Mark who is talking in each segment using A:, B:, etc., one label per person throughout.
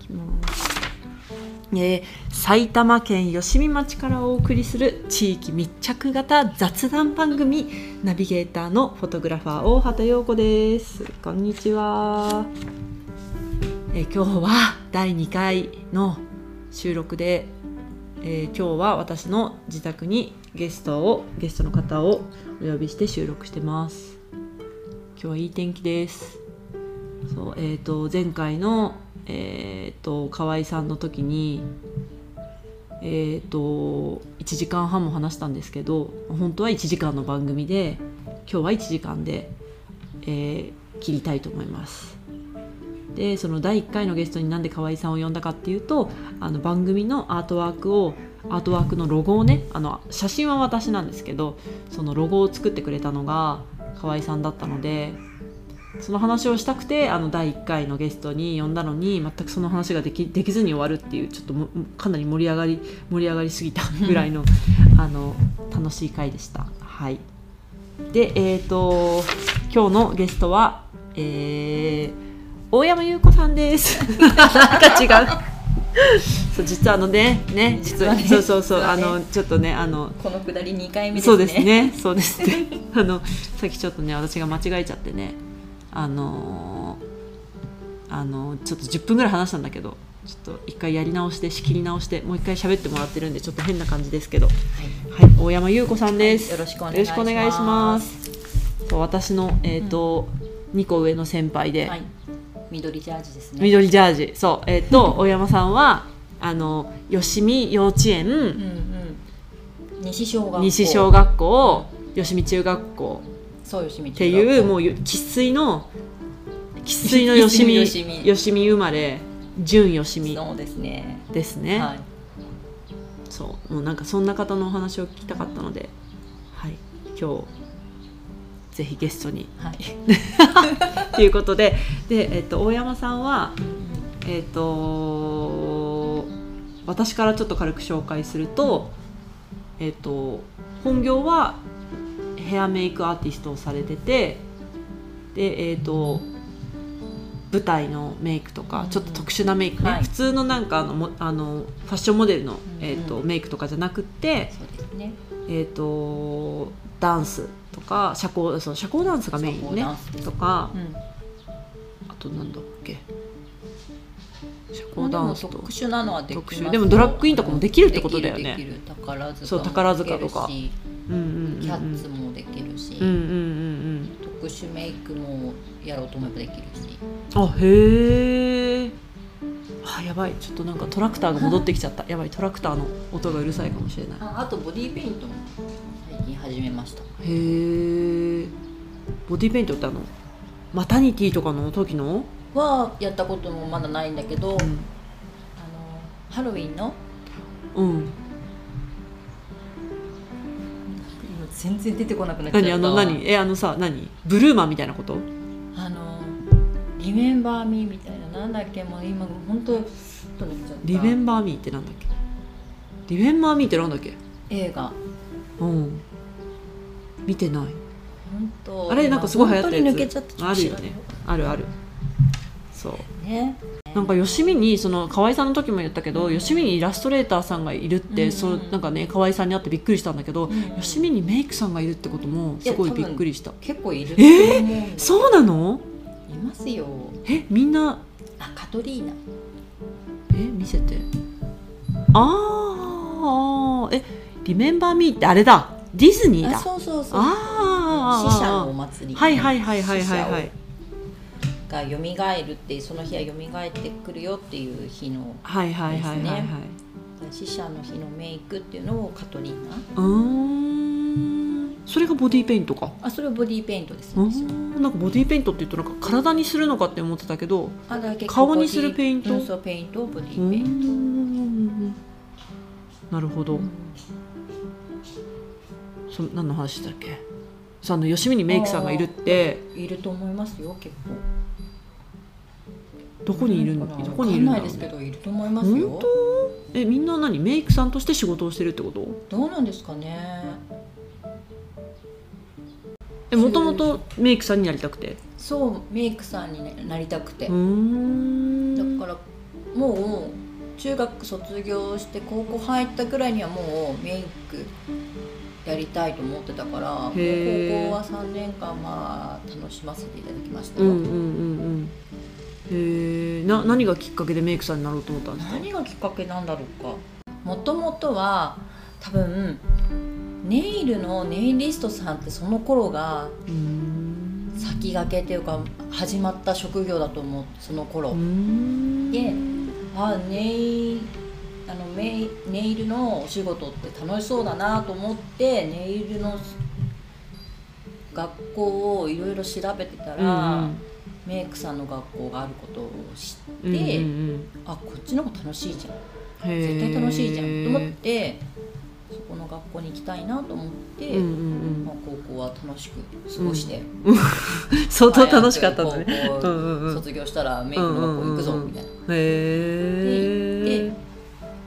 A: いきますえー埼玉県吉見町からお送りする地域密着型雑談番組ナビゲーターのフォトグラファー大畑陽子ですこんにちは、えー今日は第2回の収録で、えー今日は私の自宅にゲストをゲストの方をお呼びして収録してます今日はいい天気ですそうえー、と前回の、えー、と河合さんの時に、えー、と1時間半も話したんですけど本当は1時間の番組で今日は1時間で、えー切りたいと思います。でその第1回のゲストになんで河合さんを呼んだかっていうとあの番組のアートワークをアートワークのロゴをねあの写真は私なんですけどそのロゴを作ってくれたのが河合さんだったのでその話をしたくてあの第1回のゲストに呼んだのに全くその話ができできずに終わるっていうちょっともかなり盛り上がり盛り上がりすぎたぐらいのあの楽しい回でした。はい、で、えー、と今日のゲストは、えー大山優子さんです。なんか違う。そう実はあのねね実は、
B: 実は
A: そうそう
B: ね
A: そう、
B: 実は
A: あ
B: ね
A: のちょっとねあの
B: このくだり2回目ですね。
A: そうです ね。そうですね。 あのさっきちょっとね私が間違えちゃってね、あのーあのーちょっと10分ぐらい話したんだけど、ちょっと一回やり直して仕切り直してもう一回喋ってもらってるんでちょっと変な感じですけど、はい、大山優子さんです。
B: はいよろしくお願い
A: よろしくお願いします。そう私のえっ、と、二個上の先輩で、
B: はい。緑ジャージですね。
A: 緑ジャージ、そうえっ、と大山さんはあの吉見幼稚園、
B: うんうん。西小学校。
A: 西小学校、吉見中学校
B: そう吉見っ
A: っていうもう生粋の生粋のよしみよ
B: 生
A: し
B: 粋
A: み
B: の吉見
A: 生まれ純よしみ
B: そうですね。
A: ですね、
B: はい。
A: そうもうなんかそんな方のお話を聞きたかったので、はい、今日ぜひゲストに
B: はい。
A: ということでで、えっと、大山さんはえっ、と私からちょっと軽く紹介すると、えっ、と本業はヘアメイクアーティストをされててでえっ、と舞台のメイクと
B: うん
A: か
B: うん
A: ちょっと特殊なメイクね、
B: はい
A: 普通のなんかあのもあのファッションモデルの、
B: ん
A: えっとメイクとかじゃなくって、
B: そうですね。
A: えっとダンスとか社交その社交ダンスがメインね
B: 社交ダンスです
A: とか
B: うん。
A: あとなんだっけ社
B: まあ
A: 交
B: で
A: ダ
B: も
A: ンスと
B: 特殊なのはできます
A: 特殊でもドラッグインとかもできるってことだよね
B: できるできる宝塚も
A: そう宝塚とか
B: できるし
A: うんうんうんうん
B: キャッツもできるし、
A: うんうんうん
B: 特殊メイクもやろうと思えばできるし。
A: うんあへえあやばいちょっとなんかトラクターが戻ってきちゃったやばいトラクターの音がうるさいかもしれない
B: ああとボディーペイントも最近始めました。
A: へえボディペイントってあのマタニティとかの時の、
B: はやったこともまだないんだけど、あのハロウィンの
A: うんうん、
B: 今全然出てこなくなっちゃった
A: 何あの何えあのさ何ブルーマンみたいなこと
B: あのリメンバーミーみたいななんだっけもう今本当スッとなっちゃった
A: リメンバーミーってなんだっけリメンバーミーってなんだっけ
B: 映画
A: うん見てない
B: 本当
A: あれなんかすごい流行ったやつ
B: 本当に抜けちゃった
A: あるよねあるあるそう
B: ね
A: なんかよしみにその河合さんの時も言ったけど、よしみにイラストレーターさんがいるって、
B: うんうん
A: そうなんかね河合さんに会ってびっくりしたんだけど、
B: んうん
A: よしみにメイクさんがいるってこともすごいびっくりした
B: 結構いると思うんだけど
A: そうなの
B: いますよ
A: えみんな
B: あカトリーナ
A: え見せてあーあーえリメンバーミーってあれだディズニーだ
B: あそうそうそう
A: あー
B: 死者のお祭り
A: はいはいはいはいはい
B: 死
A: は
B: 者
A: い
B: をがよみがえるってその日はよみがえってくるよっていう日の
A: はいはいはいはいはい、
B: です死者の日のメイクっていうのをカトリーナ
A: うーんそれがボディペイントか
B: あそれボディーペイントです
A: う
B: ね
A: んなんかボディペイントって言うとなんか体にするのかって思ってたけど
B: あだから結構
A: 顔にするペイント
B: ボディうんそうペイントをボディ
A: う
B: ーペイント
A: んなるほど
B: うん
A: そ何の話だっけそうあの吉見にメイクさんがいるって
B: いると思いますよ結構
A: どこにいる
B: の
A: の
B: かな
A: どこにいるんだ
B: わかんな
A: ろ
B: いうですけ
A: ね
B: どいると思います
A: 本
B: よ
A: 当えみんな何メイクさんとして仕事をしてるってこと
B: どうなんですかね
A: えもともとメイクさんになりたくて
B: そうメイクさんにねなりたくて、
A: うーん
B: だからもう中学卒業して高校入ったぐらいにはもうメイクやりたいと思ってたから高校
A: へー
B: は3年間まあ楽しませていただきました
A: う
B: よ、
A: んうんうんうんへえな何がきっかけでメイクさんになろうと思ったんですか
B: 何がきっかけなんだろうかもともとは多分ネイルのネイリストさんってその頃が
A: うーん
B: 先駆けっていうか始まった職業だと思うその頃、
A: うーん
B: であネイあのメイネイルのお仕事って楽しそうだなと思ってネイルの学校をいろいろ調べてたら、メイクさんの学校があることを知って、
A: うんうんうん
B: あこっちの方が楽しいじゃん
A: うんへ
B: 絶
A: え
B: 対楽しいじゃんと思ってそこの学校に行きたいなと思って、
A: うんうん
B: まあ、高校は楽しく過ごして、
A: うん、相当楽しかったんだね。
B: 早く
A: う
B: 高
A: んうんうん、
B: 校
A: へ
B: 卒業したらメイクの学校行くぞみたいな。
A: え
B: で。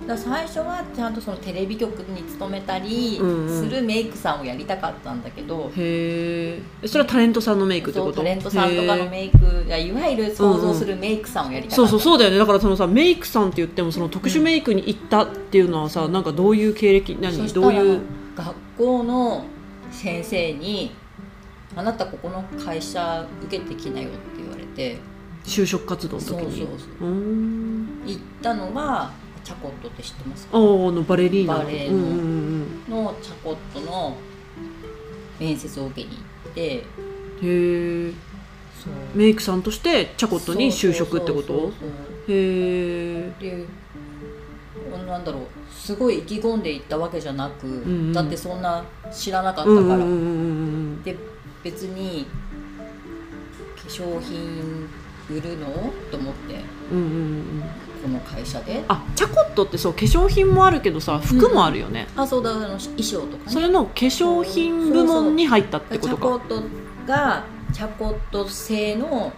B: だから最初はちゃんとそのテレビ局に勤めたり
A: うんうん
B: するメイクさんをやりたかったんだけど、
A: へえ。それはタレントさんのメイクって
B: そ
A: こ
B: う
A: と
B: タレントさんとかのメイクいやいわゆる想像するメイクさんをやり
A: へ
B: た
A: え
B: か
A: そ
B: っ
A: う
B: た、
A: そうそうだよねだからそのさメイクさんって言ってもその特殊メイクに行ったっていうのはさ、なんかどういう経歴
B: そ
A: 何
B: した
A: ど
B: ら
A: ういう
B: 学校の先生に「あなたここの会社受けてきなよ」って言われて
A: 就職活動の時
B: そうそう
A: に
B: そう
A: うーん
B: 行ったのがチャコットって知ってますか
A: あーあのバレリーナ
B: バレエ
A: う
B: の
A: んうんうん
B: のチャコットの面接を受けに行って
A: へえ
B: そう
A: メイクさんとしてチャコットに就職ってこ
B: そうそう
A: と
B: そうそう
A: へえ
B: っていうなんだろうすごい意気込んでいったわけじゃなく、
A: んうん
B: だってそんな知らなかった
A: う
B: か
A: ん
B: ら、
A: うんうんうん
B: で別に化粧品売るのと思って
A: うんうんうんうん
B: この会社で
A: あチャコットってそう化粧品もあるけどさ服もあるよね、
B: あそうだあの衣装とか
A: そ
B: ね
A: れの化粧品部門に入ったってこ
B: チ
A: と
B: ャ
A: か
B: コットがチャコット製の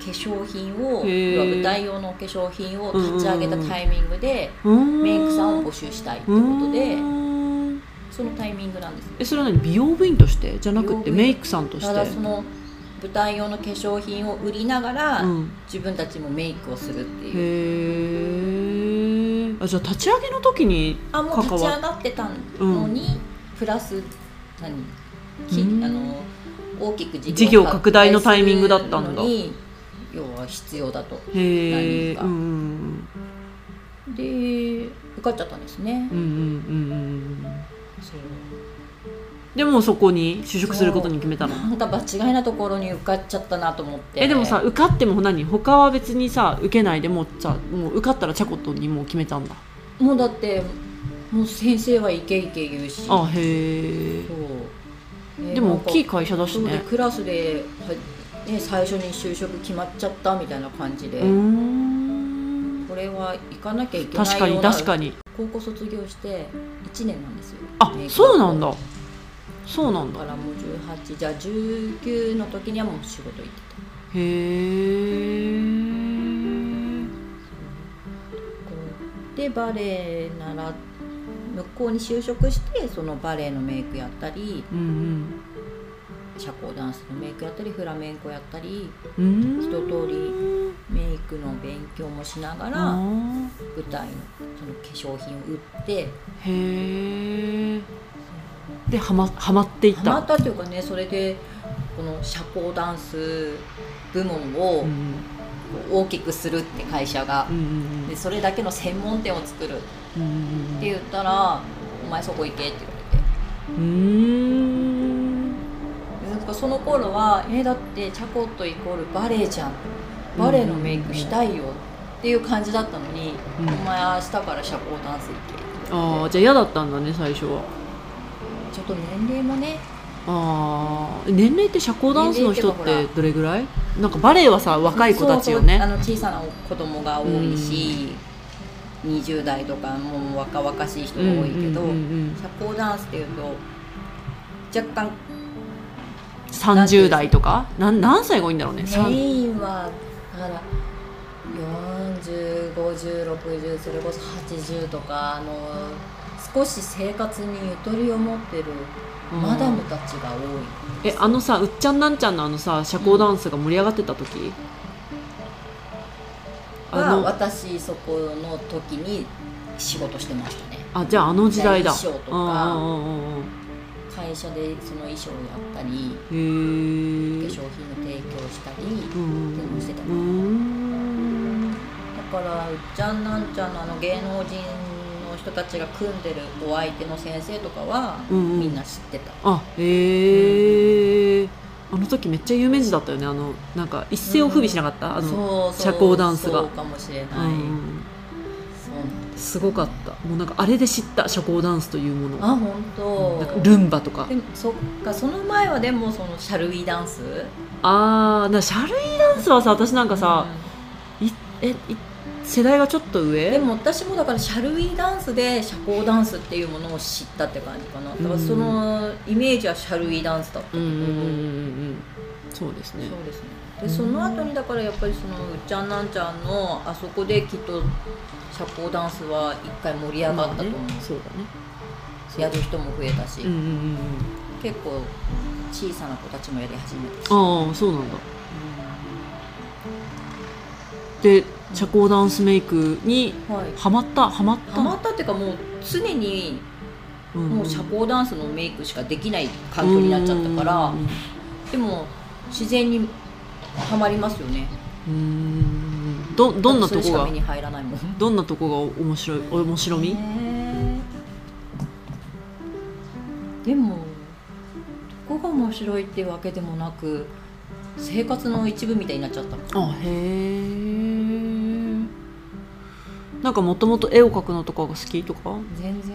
B: 化粧品を
A: へー
B: 要は舞台用の化粧品を立ち上げたタイミングで、メ
A: メ
B: イクさんを募
A: 集
B: 集したいってことでそのタイミングなんです
A: えそれは何美容部員としてじゃなくて
B: 美容部員
A: メイクさんとして
B: ただその舞台用の化粧品を売りながら、
A: うん、
B: 自分たちもメイクをするっていう
A: へえじゃあ立ち上げの時に
B: あもう立ち上がってたのに、プラス何き
A: うん
B: あの大きく事業
A: 事業拡大のタイミングだったんだ
B: 拡大するのに要は必要だと
A: へえ
B: 何か
A: うんうん
B: で受かっちゃったんですね、
A: うんうんうんうんうん
B: そう
A: でもうそこに就職することに決めたの
B: なんか場違いなところに受かっちゃったなと思って
A: えでもさ受かっても何他は別にさ受けないでもうさもう受かったらチャコットにもう決めたんだ
B: もうだってもう先生はイケイケ言うし
A: あへえ
B: そうえ
A: でも
B: なんか
A: 大きい会社だし
B: そうで
A: ね
B: クラスで、はね、最初に就職決まっちゃったみたいな感じで、
A: うーん
B: これは行かなきゃいけない
A: 確か
B: よ
A: に
B: うな
A: 確かに
B: 高校卒業して1年なんですよ
A: あ
B: メイク
A: そうなんだそうなん
B: だ
A: だ
B: からもう18じゃあ19の時にはもう仕事行って
A: へえ
B: たこうでバレエなら向こうに就職してそのバレエのメイクやったり
A: うん
B: 社交ダンスのメイクやったりフラメンコやったり
A: うんうん
B: 一通りメイクの勉強もしながら、
A: あ
B: 舞台のその化粧品を売って
A: ーへえではまはまっていっ
B: ハマ
A: た
B: ったというかねそれでこの社交ダンス部門を
A: うん
B: 大きくするって会社が
A: うんうん
B: でそれだけの専門店を作るって
A: うんうんうん
B: 言ったら「お前そこ行け」って言われて
A: うーん
B: でなんかその頃は「えだってチャコットイコールバレエじゃんバレエのメイクしたいよ」っていう感じだったのに「
A: うん
B: お前明日から社交ダンス行け」って言わ
A: あ
B: れ
A: あ
B: て
A: じゃあ嫌だったんだね最初は
B: ちょっと年齢もね
A: ああ年齢って社交ダンスの人っ
B: 年齢ってて
A: どれぐらいなんかバレエはさ若い子たちよね
B: そうそうあの小さな子供が多いし、20代とかもう若々しい人が多いけど、
A: うんうんうん
B: 社交ダンスっていうと若干なんていうんです
A: 30代とかなん何歳が多いんだろうねさん
B: メインはだから405060それこそ80とかあの少し生活にゆとりを持ってるマダムたちが多い
A: えあのさうっちゃんなんちゃんのあのさ社交ダンスが盛り上がってた時、あ
B: は
A: の
B: 私そこの時に仕事してましたね
A: あじゃああの時代だ
B: 衣装と
A: うん
B: か
A: うんうんうん
B: 会社でその衣装をやったり
A: へ
B: 化
A: ー
B: 粧品の提供したり
A: う
B: っていうのをして
A: ん
B: ただ
A: うんうん
B: からうっちゃんなんちゃんのあの芸能人の人たちが組んでるお相手の先生とかは
A: うんうん
B: みんな知ってた、
A: あへえ、あの時めっちゃ有名人だったよねあのなんか一世を不備しなかった、あの
B: そうそ
A: 社
B: う
A: 交ダンスが
B: そうかもしれない、
A: うん
B: そうなんだ
A: すごかったもうなんかあれで知った社交ダンスというもの
B: あ本当
A: なんかルンバとか
B: でもそっかその前はでもそのシャルウィダンス
A: あーなシャルイダンスはさ私なんかさ、いえい世代がちょっと
B: う
A: 上
B: んでも私もだからシャルウィダンスで社交ダンスっていうものを知ったって感じかなだからそのイメージはシャルウィダンスだったけ
A: う
B: ど、
A: んうんうんうんうんそうですね
B: そうですねでその後にだからやっぱりそのうっちゃんなんちゃんのあそこできっと社交ダンスは一回盛り上がったと思う、
A: まあねそうだね
B: やる人も増えたし、
A: うんうんうん
B: 結構小さな子たちもやり始めたし、
A: うんああそうなんだで社交ダンスメイクに
B: はい
A: ハマったハマった
B: ハマったっていうかもう常に
A: うん
B: もう社交ダンスのメイクしかできない環境になっちゃったから
A: うん
B: でも自然にハマりますよね
A: うんどどんなと
B: それし
A: こ
B: か
A: が
B: 目に入らないもん
A: どんなとこが面白い面白み、
B: へーでもどこが面白いっていうわけでもなく生活の一部みたいになっちゃった
A: あへえなんかもともと絵を描くのとかが好きとか
B: 全然です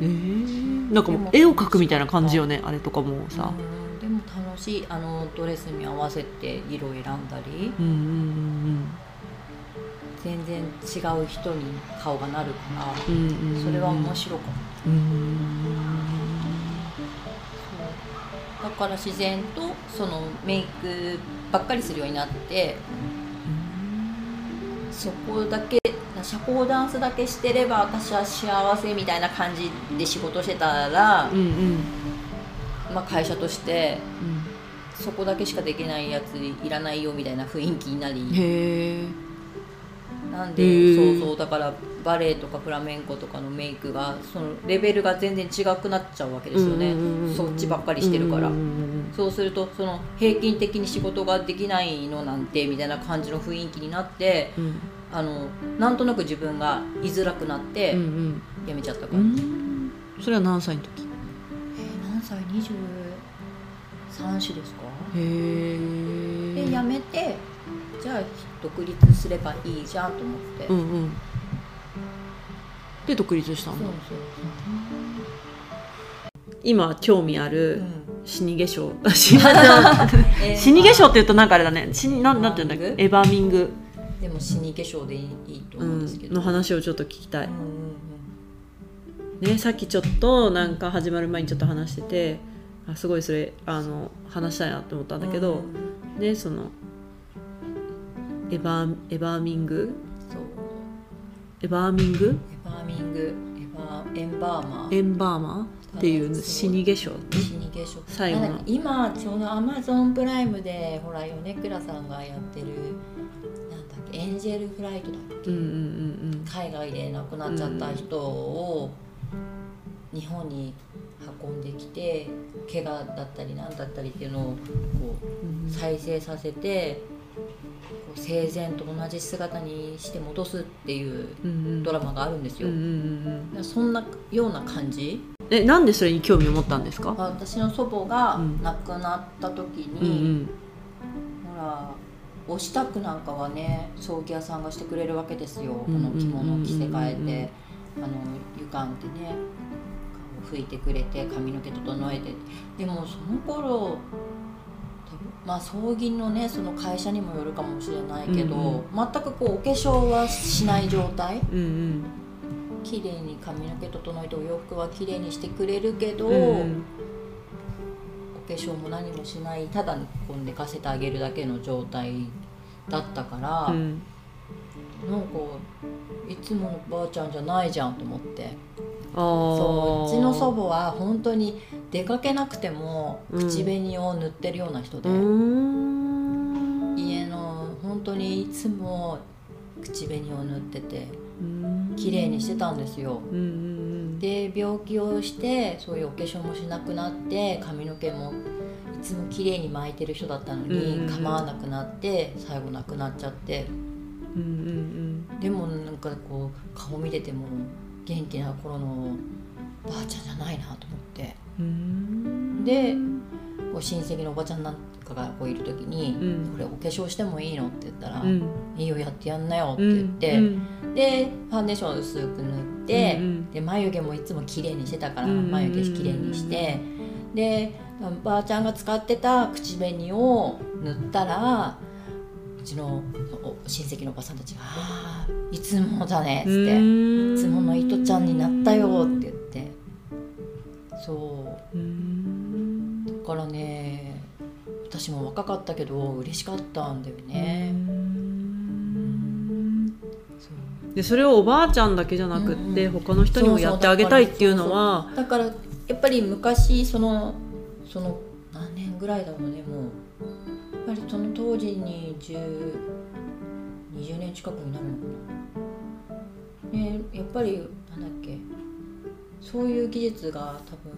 A: えー、なんかもう絵を描くみたいな感じよねあれとかもさ
B: うんでも楽しいあのドレスに合わせて色を選んだり
A: うんうん
B: 全然違う人に顔がなるか
A: うんうんうんう
B: ら
A: ん
B: それは面白かった
A: うん
B: そうだから自然とそのメイクばっかりするようになってそこだけ社交ダンスだけしてれば私は幸せみたいな感じで仕事してたら、
A: うんうん
B: まあ、会社として
A: うん
B: そこだけしかできないやついらないよみたいな雰囲気になり
A: へえ
B: なん
A: へ
B: でそ
A: ー
B: うそうだからバレエとかフラメンコとかのメイクがそのレベルが全然違くなっちゃうわけですよね、そっちばっかりしてるから。
A: うんうん
B: そうするとその平均的に仕事ができないのなんてみたいな感じの雰囲気になって
A: うんうん
B: あのなんとなく自分が居づらくなって
A: うん
B: 辞めちゃったか
A: う
B: ら、
A: んうんそれは何歳の時へ
B: 何歳23歳ですか
A: え
B: で辞めてじゃあ独立すればいいじゃんと思って、
A: うんうんで独立した
B: そ
A: ん
B: う
A: だ
B: そう
A: 今興味あ
B: そう、
A: る
B: ん
A: 死に化 粧死に化粧
B: えー
A: 死に化粧って言うとなんかあれだね死になんなんて言うんだっけエバーミング
B: でも死に化粧でいいいいと
A: う
B: 思うん
A: ん
B: ですけど、
A: の話をちょっと聞きたい
B: うん、うん
A: ね、さっきちょっとなんか始まる前にちょっと話しててあすごいそれあの話したいなと思った
B: うんん
A: だけ
B: う
A: ど、
B: ん
A: ねそのエバーエバーミング
B: そう
A: エバーミング
B: エバーミングエバーエンバーマー
A: エンバーマーっていう死に化粧
B: 死に化粧
A: 最後の
B: なんだっけ今ちょうどアマゾンプライムでほら米倉さんがやってるなんだっけエンジェルフライトだっけ
A: うんうんうん
B: 海外で亡くなっちゃった人を日本に運んできて怪我だったりなんだったりっていうのをこ
A: うん
B: う再生させてこう生前と同じ姿にして戻すっていう
A: うんうん
B: ドラマがあるんです
A: うんう
B: よ、
A: んうんうん
B: そんなような感じ
A: えなんでそれに興味を持ったんですか
B: 私の祖母が
A: うん
B: 亡くなった時
A: うんう
B: に、
A: ん
B: ほらお支度なんかはね葬儀屋さんがしてくれるわけですよ、
A: うんうんうん
B: この着物を着せ替
A: うんうんうん
B: えて、あの湯管でね拭いてくれて髪の毛整えてでもその頃多分まあ葬儀のねその会社にもよるかもしれないけど、
A: うん
B: 全くこうお化粧はしない状態
A: うんうん
B: 綺麗に髪の毛整えてお洋服は綺麗にしてくれるけど、
A: うん
B: お化粧も何もしないただこう寝かせてあげるだけの状態だったから、
A: うん
B: なんかいつものばあちゃんじゃないじゃんと思ってそ
A: あ
B: ううちの祖母は本当に出かけなくても口紅を塗ってるような人で、
A: うーん
B: 家の本当にいつも口紅を塗ってて
A: うん
B: 綺麗にしてたんですよ
A: うんうん
B: で病気をしてそういうお化粧もしなくなって髪の毛もいつも綺麗に巻いてる人だったの
A: うんうんう
B: に
A: ん
B: 構わなくなって最後亡くなっちゃって
A: うんうん
B: でもなんかこう顔見てても元気な頃のばあちゃんじゃないなと思って
A: うんうん
B: でこう親戚のおばちゃんなんかがこういる時に
A: うん
B: 「これお化粧してもいいの?」って言ったら「
A: うん
B: いいよやってやんなよ」って言って、
A: うん
B: でファンデーション薄く塗って、
A: うんうん
B: で眉毛もいつも綺麗にしてたから
A: うんうんうん
B: 眉毛綺麗にしてでばあちゃんが使ってた口紅を塗ったらうちのお親戚のおばさんたちが「あーいつもだね」っつって「いつもの糸ちゃんになったよ」って言ってそう
A: うん
B: だからね私も若かったけど嬉しかったんだよね。そう
A: でそれをおばあちゃんだけじゃなくって、
B: うんうん
A: 他の人にもやってあげたいっていうのは
B: だからやっぱり昔そのその何年ぐらいだろうねもうやっぱりその当時に10 20年近くになるのかなねやっぱりなんだっけそういう技術が多分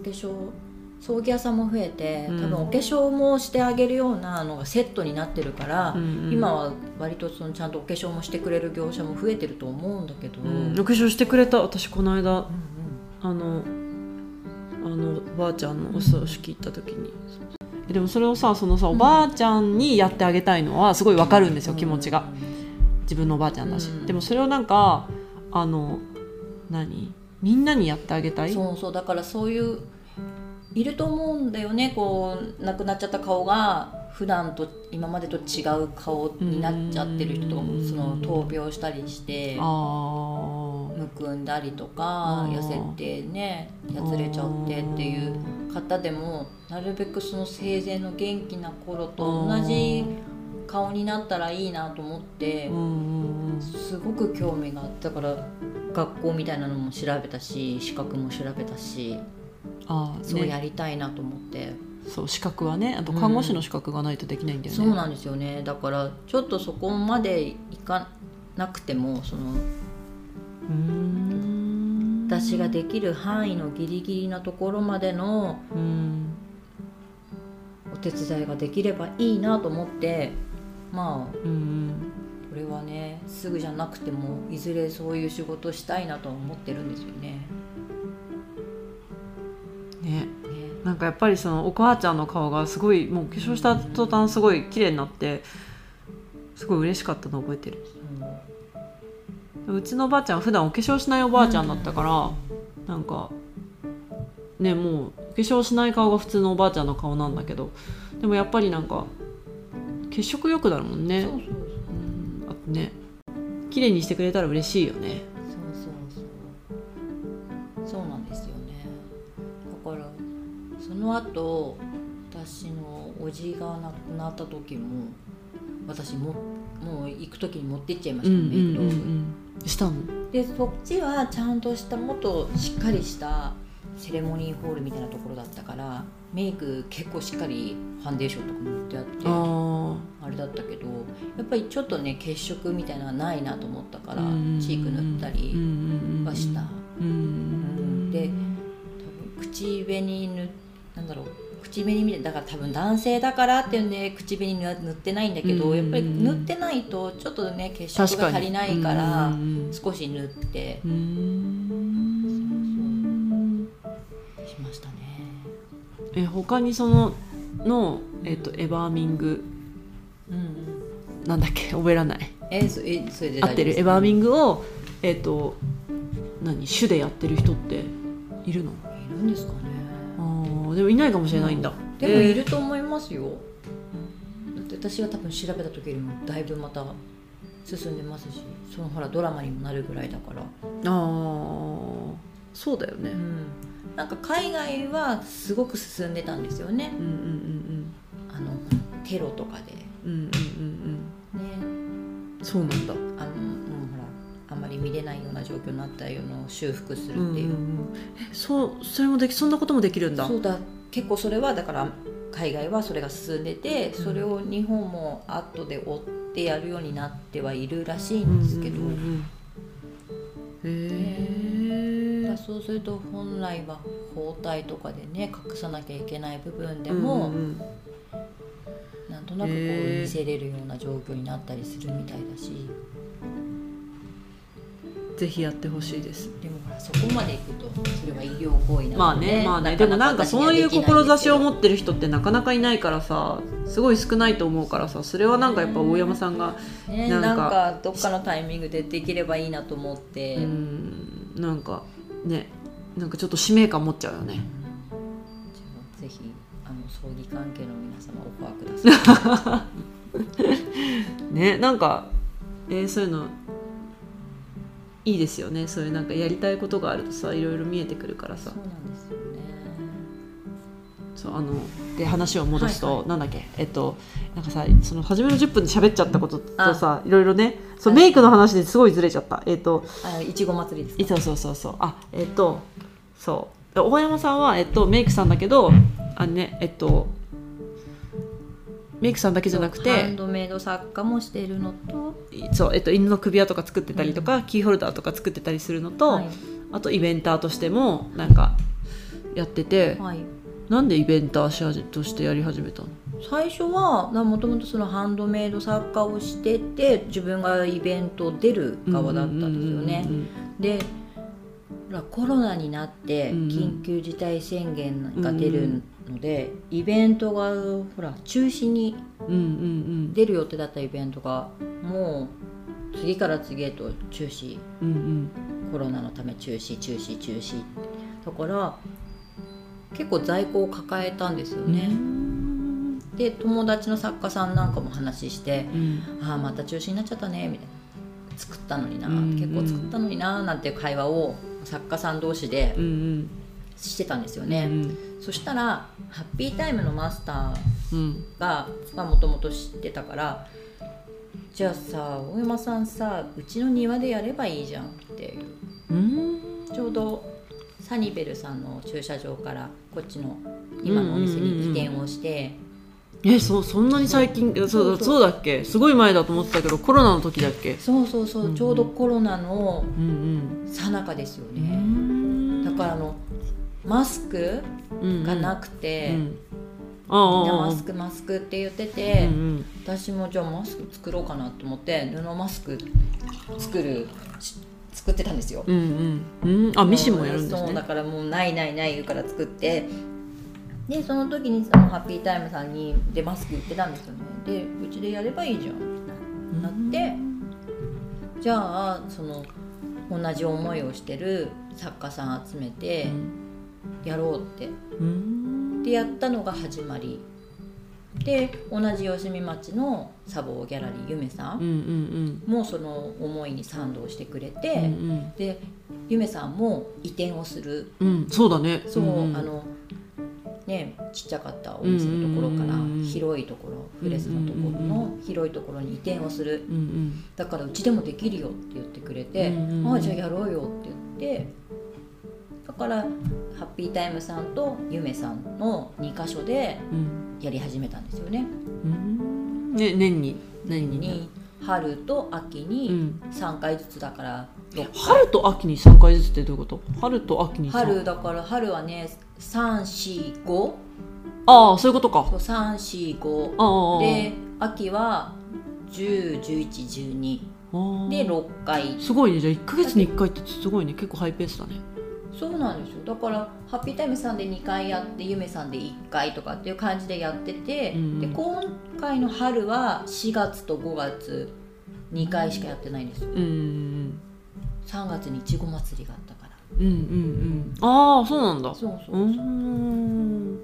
B: お化粧葬儀屋さんも増えて、
A: うん
B: 多分お化粧もしてあげるようなのがセットになってるから、
A: うんうん
B: 今は割とそのちゃんとお化粧もしてくれる業者も増えてると思うんだけど、
A: うんお化粧してくれた私この間
B: うん
A: あのあのおばあちゃんのお葬式行った時にえでもそれをさそのさおばあちゃんにやってあげたいのはすごいわかるんですよ、気持ちが自分のおばあちゃんだし、
B: うん
A: でもそれをなんかあの何みんなにやってあげたい
B: そうそうだからそういういると思うんだよねこう亡くなっちゃった顔が普段と今までと違う顔になっちゃってる人とか
A: う
B: も
A: ん
B: その闘病したりして
A: あ
B: むくんだりとか
A: うん
B: 痩せてね
A: あ
B: やつれちゃってっていう方でもなるべくその生前の元気な頃と同じ顔になったらいいなと思って
A: うんうんうん
B: すごく興味があったから学校みたいなのも調べたし資格も調べたし
A: あー
B: そう
A: ね
B: やりたいなと思って、
A: そう資格はねあと看護師の資格がないとできないんだよね、
B: そうなんですよねだからちょっとそこまでいかなくてもその
A: うーん
B: 私ができる範囲のギリギリなところまでの
A: うん
B: お手伝いができればいいなと思ってまあ
A: うんうん
B: これはねすぐじゃなくてもいずれそういう仕事したいなとは思ってるんですよね。
A: ね
B: ね
A: なんかやっぱりそのお母ちゃんの顔がすごいもう化粧した途端すごい綺麗になってすごい嬉しかったの覚えてる
B: そう
A: うちのおばあちゃんは普段お化粧しないおばあちゃんだったからなんかねもうお化粧しない顔が普通のおばあちゃんの顔なんだけどでもやっぱりなんか血色よくなるもんね
B: そうそう
A: うんあとね綺麗にしてくれたら嬉しいよね
B: そうそうそうそうなんですよねだからその後私のおじが亡くなった時も私ももう行く時に持って行っちゃいましたねメイク道具、
A: んしたの
B: でそっちはちゃんとしたもっとしっかりしたセレモニーホールみたいなところだったからメイク結構しっかりファンデーションとか塗ってあってあ
A: あ
B: れだったけどやっぱりちょっとね血色みたいなのはないなと思ったから、
A: ー
B: チーク塗ったり、はした、
A: うん
B: で多分口紅塗なんだろう口紅みたいなだから多分男性だからっていうんで口紅塗塗ってないんだけど、
A: うん
B: やっぱり塗ってないとちょっとね血色が足りないから
A: うん
B: 少し塗って
A: うんうん
B: しましたね。
A: え他にそのの、えっとエバーミング
B: うんうん、
A: なんだっけ覚えらない
B: えそえそれで
A: 合ってるエバーミ
B: グ
A: ングをえっ、と何主でやってる人っているの
B: いるんですかね
A: あーでもいないかもしれないんだ、
B: でもい
A: え
B: ると思いますよ、だって私が多分調べた時よりもだいぶまた進んでますしそのほらドラマにもなるぐらいだから
A: ーああそうだよね
B: なんか海外はすごく進んでたんですよね
A: うんうん
B: あのテロとかで
A: うんうんうんうんうんうん
B: ね
A: そうなんだ
B: あの、うん、ほらあんままり見れないような状況になったようなのを修復す
A: うんうん
B: るっていうう、
A: んえそうそれもできそんなこともできるんだ
B: そうだ結構それはだから海外はそれが進んでてそれを日本も後で追ってやるようになってはいるらしいんですけど、
A: うんうんうん
B: だ
A: へ
B: か
A: え
B: らそうすると本来は包帯とかでね隠さなきゃいけない部分でも、
A: うんうん
B: なんとなくこう
A: へー
B: 見せれるような状況になったりするみたいだし
A: うんぜひやってほしいです
B: でもほらそこまでいくとそれは医療行為なので、
A: まあねまあねで
B: か
A: もなんか
B: 私に
A: そ
B: は
A: ういう
B: できないんですけ
A: 志
B: ど
A: を持ってる人ってなかなかいないからさすごい少ないと思うからさそれはなんかやっぱ大山さんが
B: ね、
A: な
B: なんん
A: か
B: かどっかのタイミングでできればいいなと思って、
A: うんなんかねなんかちょっと使命感持っちゃうよね
B: じゃあぜひあの葬儀関係の皆様 オファーください
A: ねなんか、えーそういうのいいですよねそういうなんかやりたいことがあるとさいろいろ見えてくるから
B: そ
A: さ
B: うなんですよね
A: そうあので話を戻すと、
B: はいは
A: なんだっけえっとなんかさその初めの10分で喋っちゃったこととさいろいろねそう
B: はい
A: メイクの話ですごいずれちゃったえっと
B: あいちご祭りです
A: い
B: か
A: そうそうそうそうあえっとそうで大山さんは、えっと、メイクさんだけどあねえっとメイクさんだけじゃなく
B: ハン
A: て
B: ドメイド作家もしているのと
A: そう、えっと、犬の首輪とか作ってたりとか、キーホルダーとか作ってたりするのと、
B: はい
A: あとイベンターとしてもなんかやってて、
B: はい、
A: なんでイベンターし始めとしてやり始めたの
B: 最初はもともとそのハンドメイド作家をしてて自分がイベント出る側だったんですよね。でまあコロナになって
A: うんうん
B: 緊急事態宣言が出るので、イベントがほら中止に
A: うんうん
B: 出る予定だったイベントがもう次から次へと中止
A: うんうんうん
B: コロナのため中止中止中止だから結構在庫を抱えたんですよ
A: うん
B: ね。で友達の作家さんなんかも話して
A: うん
B: 「ああまた中止になっちゃったね」みたいな「作ったのにな」
A: うんうん
B: 結構作ったのにな」なんていう会話を作家さん同士で
A: うんうん
B: してたんですよ
A: う
B: ね、
A: ん
B: そしたらハッピータイムのマスタ
A: うん
B: ーがもともと知ってたから「じゃあさ大山さんさうちの庭でやればいいじゃん」ってい
A: う
B: う
A: ん
B: ちょうどサニベルさんの駐車場からこっちの今のお店に移転をして、
A: えそうそんなに最近そうそうそうだっけすごい前だと思ってたけどコロナの時だっけ
B: そうそうそうちょうどコロナの
A: うん
B: 最中ですよ
A: う
B: ね、
A: ん
B: だからあのマスクが
A: ら
B: な
A: く
B: くて、
A: ああ
B: みんな
A: ああ
B: マスクマスクって言ってて、
A: うん
B: 私もじゃあマスク作ろうかなと思って布マスク作るし作ってたんですよ。
A: うんうんうんあミシンもやるんです
B: そうだ
A: ね
B: からもうないないない言うから作ってでその時にそのハッピータイムさんにでマスク売ってたんですよねでうちでやればいいじゃんみたいななってじゃあその同じ思いをしてる作家さん集めて
A: うん
B: やろうって
A: うん
B: でやったのが始まりで同じ吉見町の砂防ギャラリーゆめさ
A: うんうんん
B: もその思いに賛同してくれて、
A: うんうん
B: でゆめさんも移転をする
A: うんそうだね
B: そう、
A: んん
B: あのねちっちゃかったお店のところから
A: うんうんうんうん
B: 広いところフレスのところの広いところに移転をする
A: うんうん
B: だからうちでもできるよって言ってくれて、
A: うんうんうん
B: ああじゃあやろうよって言ってだからハッピータイムさんとゆめさんの2箇所で
A: うん
B: やり始めたんですよね。
A: うんね年に年にね
B: に春と秋
A: う
B: に
A: ん
B: 3回ずつだから六回
A: 春と秋に三回ずつってどういうこと春と秋に三
B: 春だから春はね345
A: ああそういうことか
B: そう345
A: ああああ
B: で秋は101112
A: ああ
B: で6回
A: すごいねじゃあ1か月に一回ってすごいね結構ハイペースだね
B: そうなんですよだからハッピータイムさんで2回やってゆめさんで1回とかっていう感じでやってて、
A: うん
B: で今回の春は4月と5月2回しかやってないんですよ
A: うん
B: 3月にいちご祭りがあったから
A: うんうんうんうんああそうなんだ
B: そう
A: う
B: そうそう、
A: ーん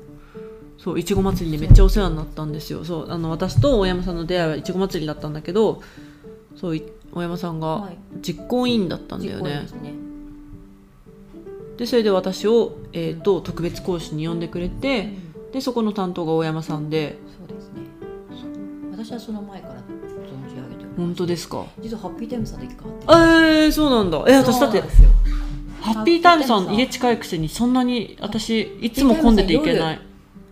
A: そういちご祭りでめっちゃお世話になったんですよそうあの私と大山さんの出会いはいちご祭りだったんだけどそうい大山さんが
B: はい
A: 実行委員だったんだ
B: 実
A: よ
B: 行委員
A: ね
B: で、すね
A: でそれで私を、えー、と特別講師に呼んでくれ
B: う
A: て
B: ん
A: でそこの担当が大山さんで
B: そうですね私はその前から存じ上げてる
A: 本当ですか
B: 実はハッピータイムさんと一回会って
A: えー、そうなんだえ私だってハッピータイムさ
B: ハッ
A: ん
B: ピータイムさん
A: 家近いくせにそんなに私いつも混んでていけない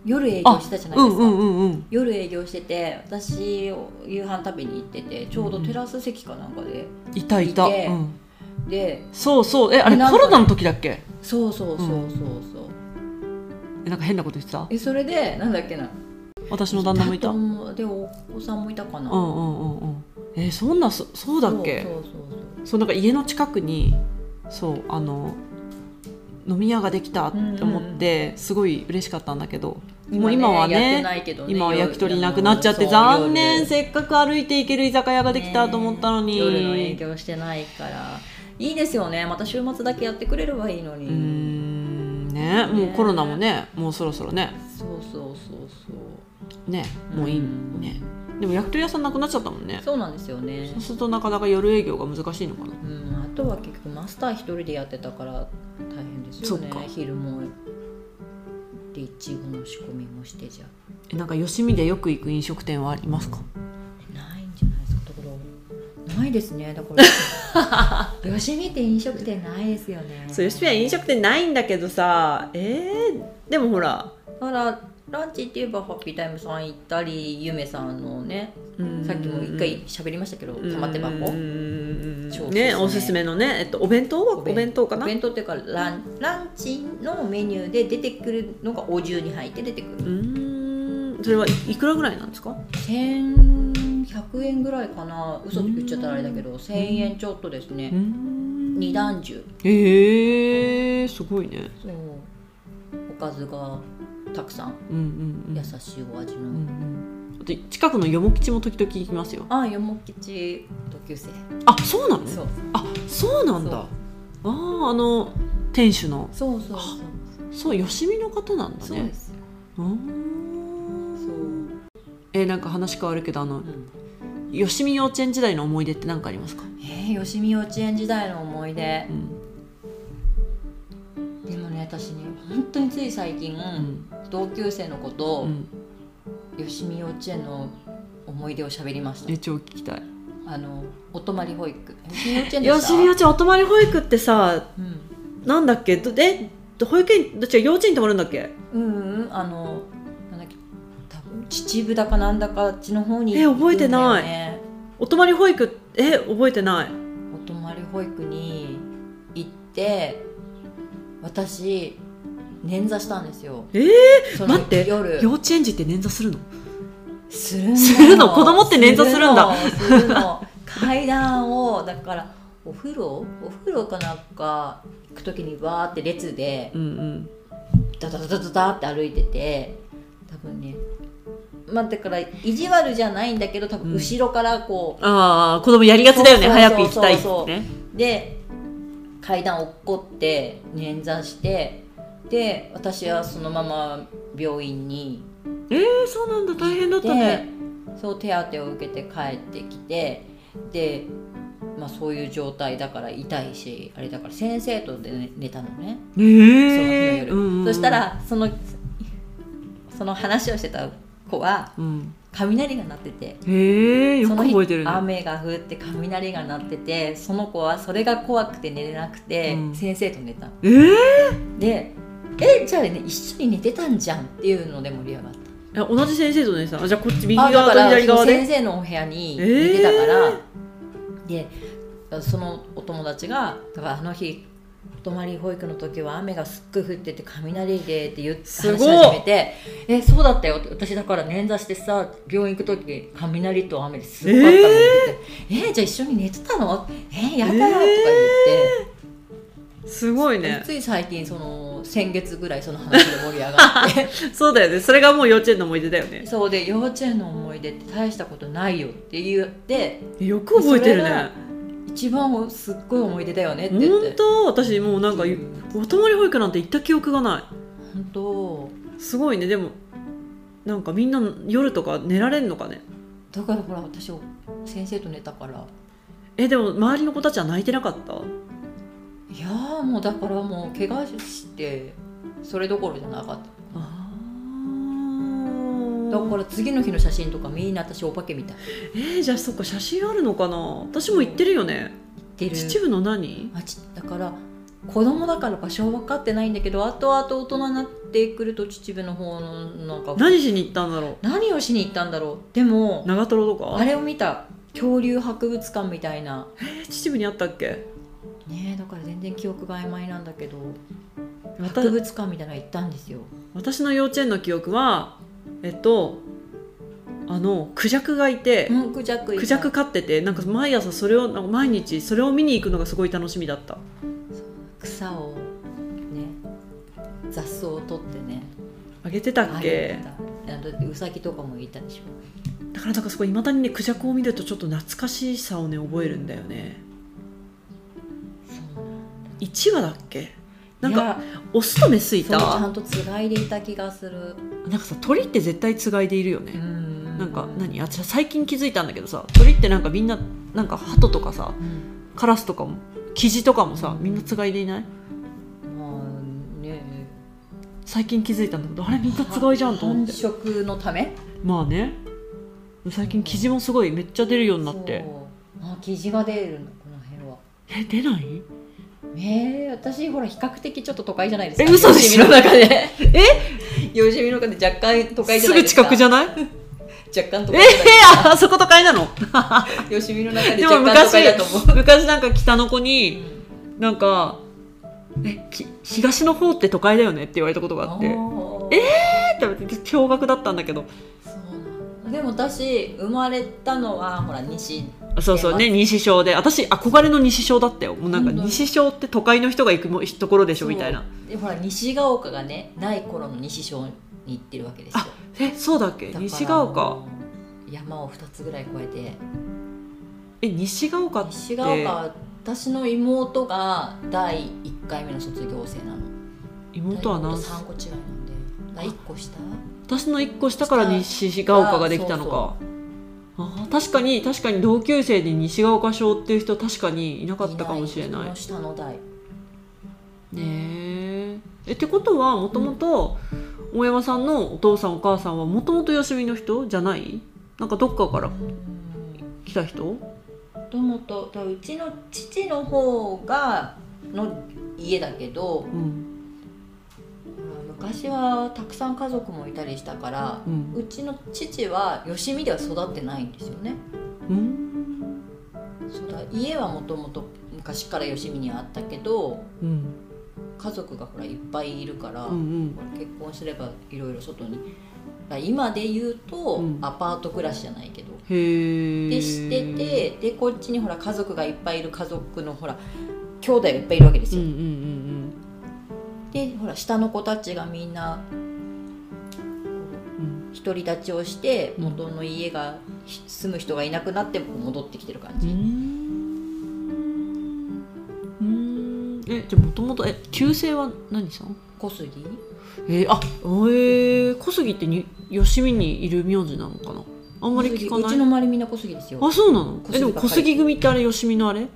B: 夜営業
A: あ
B: してたじゃな
A: う
B: いで
A: ん
B: す
A: う
B: か、
A: んうんうん
B: 夜営業してて私夕飯食べに行っててちょうどテラス席かなんかで、
A: いたいた、う
B: いて
A: ん、
B: で
A: そうそうえあれ
B: なん
A: コ
B: か
A: ロナの時だっけ
B: そうそうそうそうそう、
A: えなんか変なこと言ってた
B: えそれでなんだっけな
A: 私の旦那もいた
B: だ
A: う
B: と
A: ん
B: 思うでお子さんもいたかな、
A: う
B: そうん
A: うんうんえそんなそそうだっけ
B: そうそう
A: そうなんか家の近くにそうあの飲み屋ができたって思って、すごい嬉しかったんだけど
B: そう
A: もう今は
B: やって
A: ね
B: ないけどね
A: 今は焼き鳥なく
B: 夜
A: なっちゃって
B: そう
A: 残念
B: 夜
A: せっかく歩いて行ける居酒屋ができたと思ったのに、
B: ね夜の営業してないからいいですよねまた週末だけやってくれればいいのに、
A: うーんねもう
B: ね
A: コロナもねもうそろそろね
B: そうそうそうそう
A: ねもういい、
B: うん
A: ねでも焼き鳥屋さんなくなっちゃったもんね
B: そうなんですよね
A: そうするとなかなか夜営業が難しいのかな
B: うんあとは結局マスター一人でやってたから大変ですよね
A: そっか
B: 昼もでいちごの仕込みもしてじゃ
A: えなんか吉見でよく行く飲食店はありますか
B: ないんじゃないですかところないですねだから 吉見って飲食店ないですよね
A: 店ないんだけどさえでもほら
B: だからランチって言えばハッピータイムさん行ったりゆめさんのねさっきも一回喋りましたけど玉手箱超おすすめ
A: ねおすすめのね、えっと、お弁当はお弁当かな
B: お弁当っていうかランランチのメニューで出てくるのがお重に入って出てく
A: う
B: る、
A: ーんそれはいいくらぐらいなんですか
B: 1100円ぐらいかな嘘言っちゃったらあれだけど1000円ちょっとですね、二段重
A: えー、すごいね
B: そうおかずがたくさん
A: うんうんうん
B: 優しいお味の、
A: うんうん、あと近くのよも吉も時々行きますよ
B: ああよも吉同級生
A: あそうなの
B: そう
A: あそうなんだ
B: そう
A: あああの店主の
B: そうそう
A: そう吉見の方なんだ
B: そうそう
A: ね
B: です
A: うーん
B: そう、
A: えーなんか話変わるけどあの
B: うん
A: 吉見幼稚園時代の思い出って何かありますか、
B: えー、よしみ幼稚園時代の思い出
A: うん
B: でもね私ね本当につい最近、
A: うん
B: 同級生の子と、
A: うん、
B: よしみ幼稚園の思い出を喋りました
A: え超聞きたい
B: あのお泊まり 保育よしみ幼稚園でした
A: 吉見幼稚園お泊まり保育ってさ
B: うん
A: なんだっけどえ保育園どっちが幼稚園に泊まるんだっけ
B: うんうんあのなんだっけ多分秩父だかなんだかあっちの方に
A: え覚えてない
B: い
A: お泊まり保育え覚えてない
B: お泊まり保育に行って私捻挫したんですよ
A: えー
B: その
A: 待って
B: 夜
A: 幼稚園児って捻挫するの
B: するの
A: するの子供って捻挫するんだ
B: するのするの階段をだからお風呂お風呂かなんか行く時にわーって列で
A: うんうん
B: ダダダダダダって歩いてて多分ねまあだから意地悪じゃないんだけど多分後ろからこ
A: ああ子供やりがちだよね
B: そうそう
A: 早
B: そう
A: く
B: そう
A: 行きたいってね
B: う、で階段落っこって捻挫してで私はそのまま病院に
A: えー、そうなんだ大変だった
B: で
A: ね
B: そう手当てを受けて帰ってきてで、まあ、そういう状態だから痛いしあれだから先生とで寝寝たのね
A: え
B: その日の夜、
A: ー、
B: そした、らそのその話をしてた子は
A: うん、
B: 雷が鳴ってて。
A: えー、よ
B: そ
A: く
B: の日
A: 覚えてるね
B: 雨が降って雷が鳴っててその子はそれが怖くて寝れなくて、
A: うん
B: 先生と寝た
A: えー
B: で「えじゃあね一緒に寝てたんじゃん」っていうので盛り上がった
A: いや、同じ先生とねさあじゃあこっち右
B: あ
A: 側と
B: だから
A: 左側
B: 先
A: で
B: 生のお部屋に寝てたから、でそのお友達が「だからあの日お泊まり保育の時は雨がすっごい降ってて雷で」って言って
A: す
B: 話
A: ごい
B: し始めて「えそうだったよ」って私だから捻挫してさ病院行く時雷と雨ですごかったのって言って「えじゃあ一緒に寝てたのえやだ」とか言って、
A: すごいね
B: つい最近その先月ぐらいその話で盛り上がって。
A: そうだよねそれがもう幼稚園の思い出だよ ね
B: そうで幼稚園の思い出って大したことないよって言って
A: よく覚えてる
B: そ
A: ね
B: れが一番すっごい思い出だよねって言って
A: 本当私もうなんかお泊まり保育なんて行った記憶がな
B: 本当
A: いすごいねでもなんかみんな夜とか寝られんのかね
B: だからほら私先生と寝たから
A: えでも周りの子たちは泣いてなかった
B: いやーもうだからもう怪我してそれどころじゃなかった
A: ああ
B: だから次の日の写真とかみんな私お化けみたい
A: えー、じゃあそっか写真あるのかな私も行ってるよね
B: 出る
A: 秩父の何
B: あちだから子供だから場所は分かってないんだけど後々大人になってくると秩父の方のなんか
A: 何しに行ったんだろ
B: 何をしに行ったんだろうでも
A: う長瀞とか
B: あれを見た恐竜博物館みたいな
A: えー秩父にあったっけ
B: ねえだから全然記憶が曖昧なんだけど
A: また
B: 博物館みたいなの行ったんですよ
A: 私の幼稚園の記憶はえっとあのクジャクがいて、
B: うんクジャクいた
A: クジャク飼っててなんか毎朝それをなんか毎日それを見に行くのがすごい楽しみだった
B: 草をね雑草を取ってね
A: あげてたっけ
B: あげてたあとウサギとかもいたでしょ
A: だからなんかすごいいまだにねクジャクを見るとちょっと懐かしさをね覚えるんだよね
B: そう
A: 1話だっけなん
B: い
A: か
B: や
A: オスとメスい
B: そう
A: た
B: ち
A: な
B: ゃ
A: ん
B: んとつがいでいた気がする
A: かさ鳥って絶対つがいでいるよね、
B: ん
A: なんか何あ私最近気づいたんだけどさ鳥ってなんかみんななんか鳩とかさ
B: うん
A: カラスとかもキジとかもさみんなつがいでいない
B: まあね
A: 最近気づいたんだけどあれみんなつがいじゃんと思って
B: 繁殖のため
A: まあね最近キジもすごいめっちゃ出るようになって
B: そうあ生地が出るんだこの辺は
A: え出ない
B: えー、私ほら比較的ちょっと都会じゃないですか
A: え嘘でしょ
B: よみの中で えよしみの中で若干都会じ
A: す
B: ゃない
A: ぐ
B: ですか
A: 近くじ
B: ゃ
A: ゃないえ
B: 若干
A: ー
B: 都会じゃないですか
A: あそこ都会なの
B: よしみの中で
A: でも
B: 若干都
A: 昔
B: 会だと思う
A: 昔なんか北の子
B: う
A: に
B: ん
A: なんかえき東の方って都会だよねって言われたことがあってえ
B: え
A: ーって驚愕だったんだけど
B: そうなんだでも私生まれたのはほら西
A: そうそうね西小で私憧れの西小だったよもうなんか
B: 本当
A: 西小って都会の人が行くもところでしょみたいな
B: そうでほら西ヶ丘がねない頃の西小に行ってるわけですよ
A: あえそうだっけ
B: だから
A: 西ヶ丘
B: 山を2つぐらい越えて
A: え西ヶ丘って
B: 西ヶ丘は私の妹が第1回目の卒業生なの
A: 妹は何
B: 3個違いなんで1個下
A: 私の1個下から西ヶ丘ができたのかあー確かに確かに同級生で西ヶ丘小っていう人確かにいなかったかもしれない
B: いその下の代
A: ねええってことはもともと大山さんのお父さんお母さんはもともとよしみの人じゃないなんかどっかから
B: うん
A: 来た人
B: もともとだからうちの父の方がの家だけど
A: うん
B: 昔はたくさん家族もいたりしたから
A: うん
B: うちの父は吉見では育ってないんですよね
A: うん
B: そうだ家はもともと昔から吉見にあったけど
A: うん
B: 家族がほらいっぱいいるから、
A: うんうん
B: ほら結婚すればいろいろ外にだから今で言うと、
A: うん
B: アパート暮らしじゃないけど
A: へえ
B: でしててでこっちにほら家族がいっぱいいる家族のほら兄弟がいっぱいいるわけです
A: うん
B: よ、
A: うんうん
B: でほら下の子たちがみんな
A: うん
B: 独り立ちをして
A: うん
B: 元の家がひ住む人がいなくなって戻ってきてる感
A: う
B: じ、
A: んうんえじゃあもともとえ旧姓は何さん
B: 小杉
A: えー、あえー、小杉ってに吉見にいる名字なのかなあんまり聞か
B: 小杉う
A: な
B: ち
A: い
B: の周りみんな小杉ですよ
A: あそうなの
B: 小杉ばっかり
A: えでも小杉組ってあれ吉見のあれ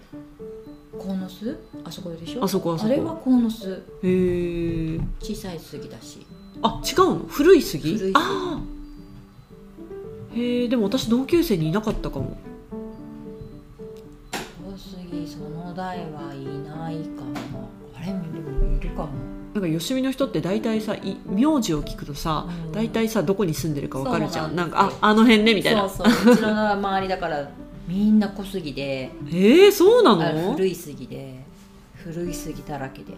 B: 鴻巣あそこでしょ
A: あそこあそこ
B: あれは鴻巣
A: へー
B: 小さい杉だし
A: あ違うの古い杉
B: 古い杉
A: あーへえでも私同級生にいなかったかも
B: 小杉その代はいないかなあれでもいるかも
A: なんか吉見の人って大体さい名字を聞くとさ
B: うん
A: 大体さどこに住んでるかわかるじゃん
B: そう
A: な
B: なんんで
A: か
B: す
A: ああの辺ねみたいな
B: そうそううちの周りだからみんな小杉で
A: えー、そうな
B: あ
A: の
B: 古い杉で古い杉だらけで
A: へ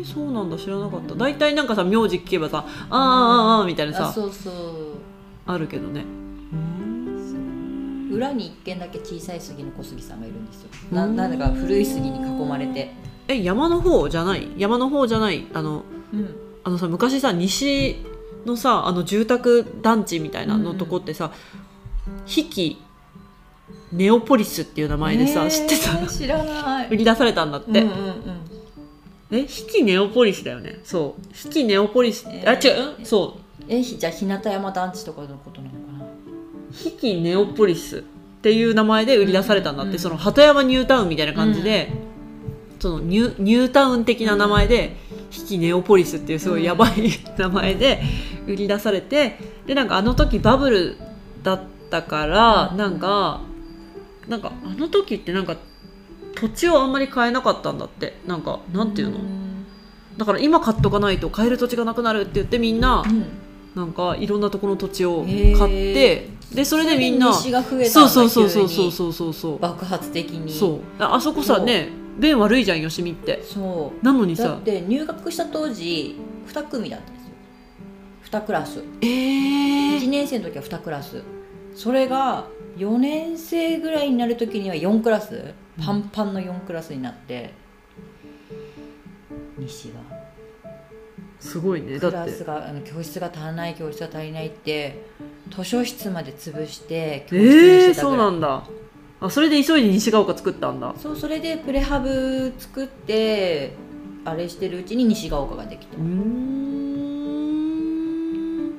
A: えそうなんだ知らなかった大体なんかさ名字聞けばさ「あーあーあーあーみたいな
B: あ
A: さ
B: そうそう
A: あるけどね
B: 裏に一軒だけ小さい杉の小杉さんがいるんですよ
A: う
B: なんなんだか古い杉に囲まれて
A: え山の方じゃない山の方じゃないあの
B: うん
A: あのさ昔さ西のさあの住宅団地みたいなのとこってさ「比企ネオポリス」っていう名前でさ、
B: えー
A: 知ってた
B: 知らない
A: 売り出されたんだって、
B: うんうんうん
A: え比企ネオポリスだよねそう比企ネオポリス、
B: え
A: あ
B: ー
A: 違ううんそう
B: えひじゃあ日向山団地とかのことなのかな
A: ヒキネオポリスっていう名前で売り出されたんだって、
B: うん
A: その鳩山ニュータウンみたいな感じで、そのニ ュニュータウン的な名前で、ヒキネオポリスっていうすごいやばい名前で売り出されてでなんかあの時バブルだったからなんかなんかあの時ってなんか土地をあんまり買えなかったんだってなんかなんていうの
B: ん
A: だから今買っとかないと買える土地がなくなるって言ってみんななんかいろんなところの土地を買って
B: へ
A: でそれでみんな
B: それで西が増えたんだ
A: そうそうそうそう
B: 急
A: そう
B: に
A: そうそうそう
B: 爆発的に
A: そうああそこさ
B: そう
A: ね便悪いじゃんよしみって
B: そ
A: なのに
B: うだ
A: さ
B: って入学した当時2組だったんですよ2クラス
A: え
B: 1
A: ー、
B: 年生の時は2クラスそれが4年生ぐらいになる時には4クラスパンパンの4クラスになって西が
A: すごいねだ
B: ク
A: っ
B: ラ
A: て
B: スがあの教室が足らない教室が足りないって図書室まで潰して教室に
A: え
B: し
A: ー、
B: てた
A: そう
B: ぐら
A: ないんだあそれで急いで西ヶ丘作ったんだ
B: そうそれでプレハブ作ってあれしてるうちに西が丘ができた
A: うーん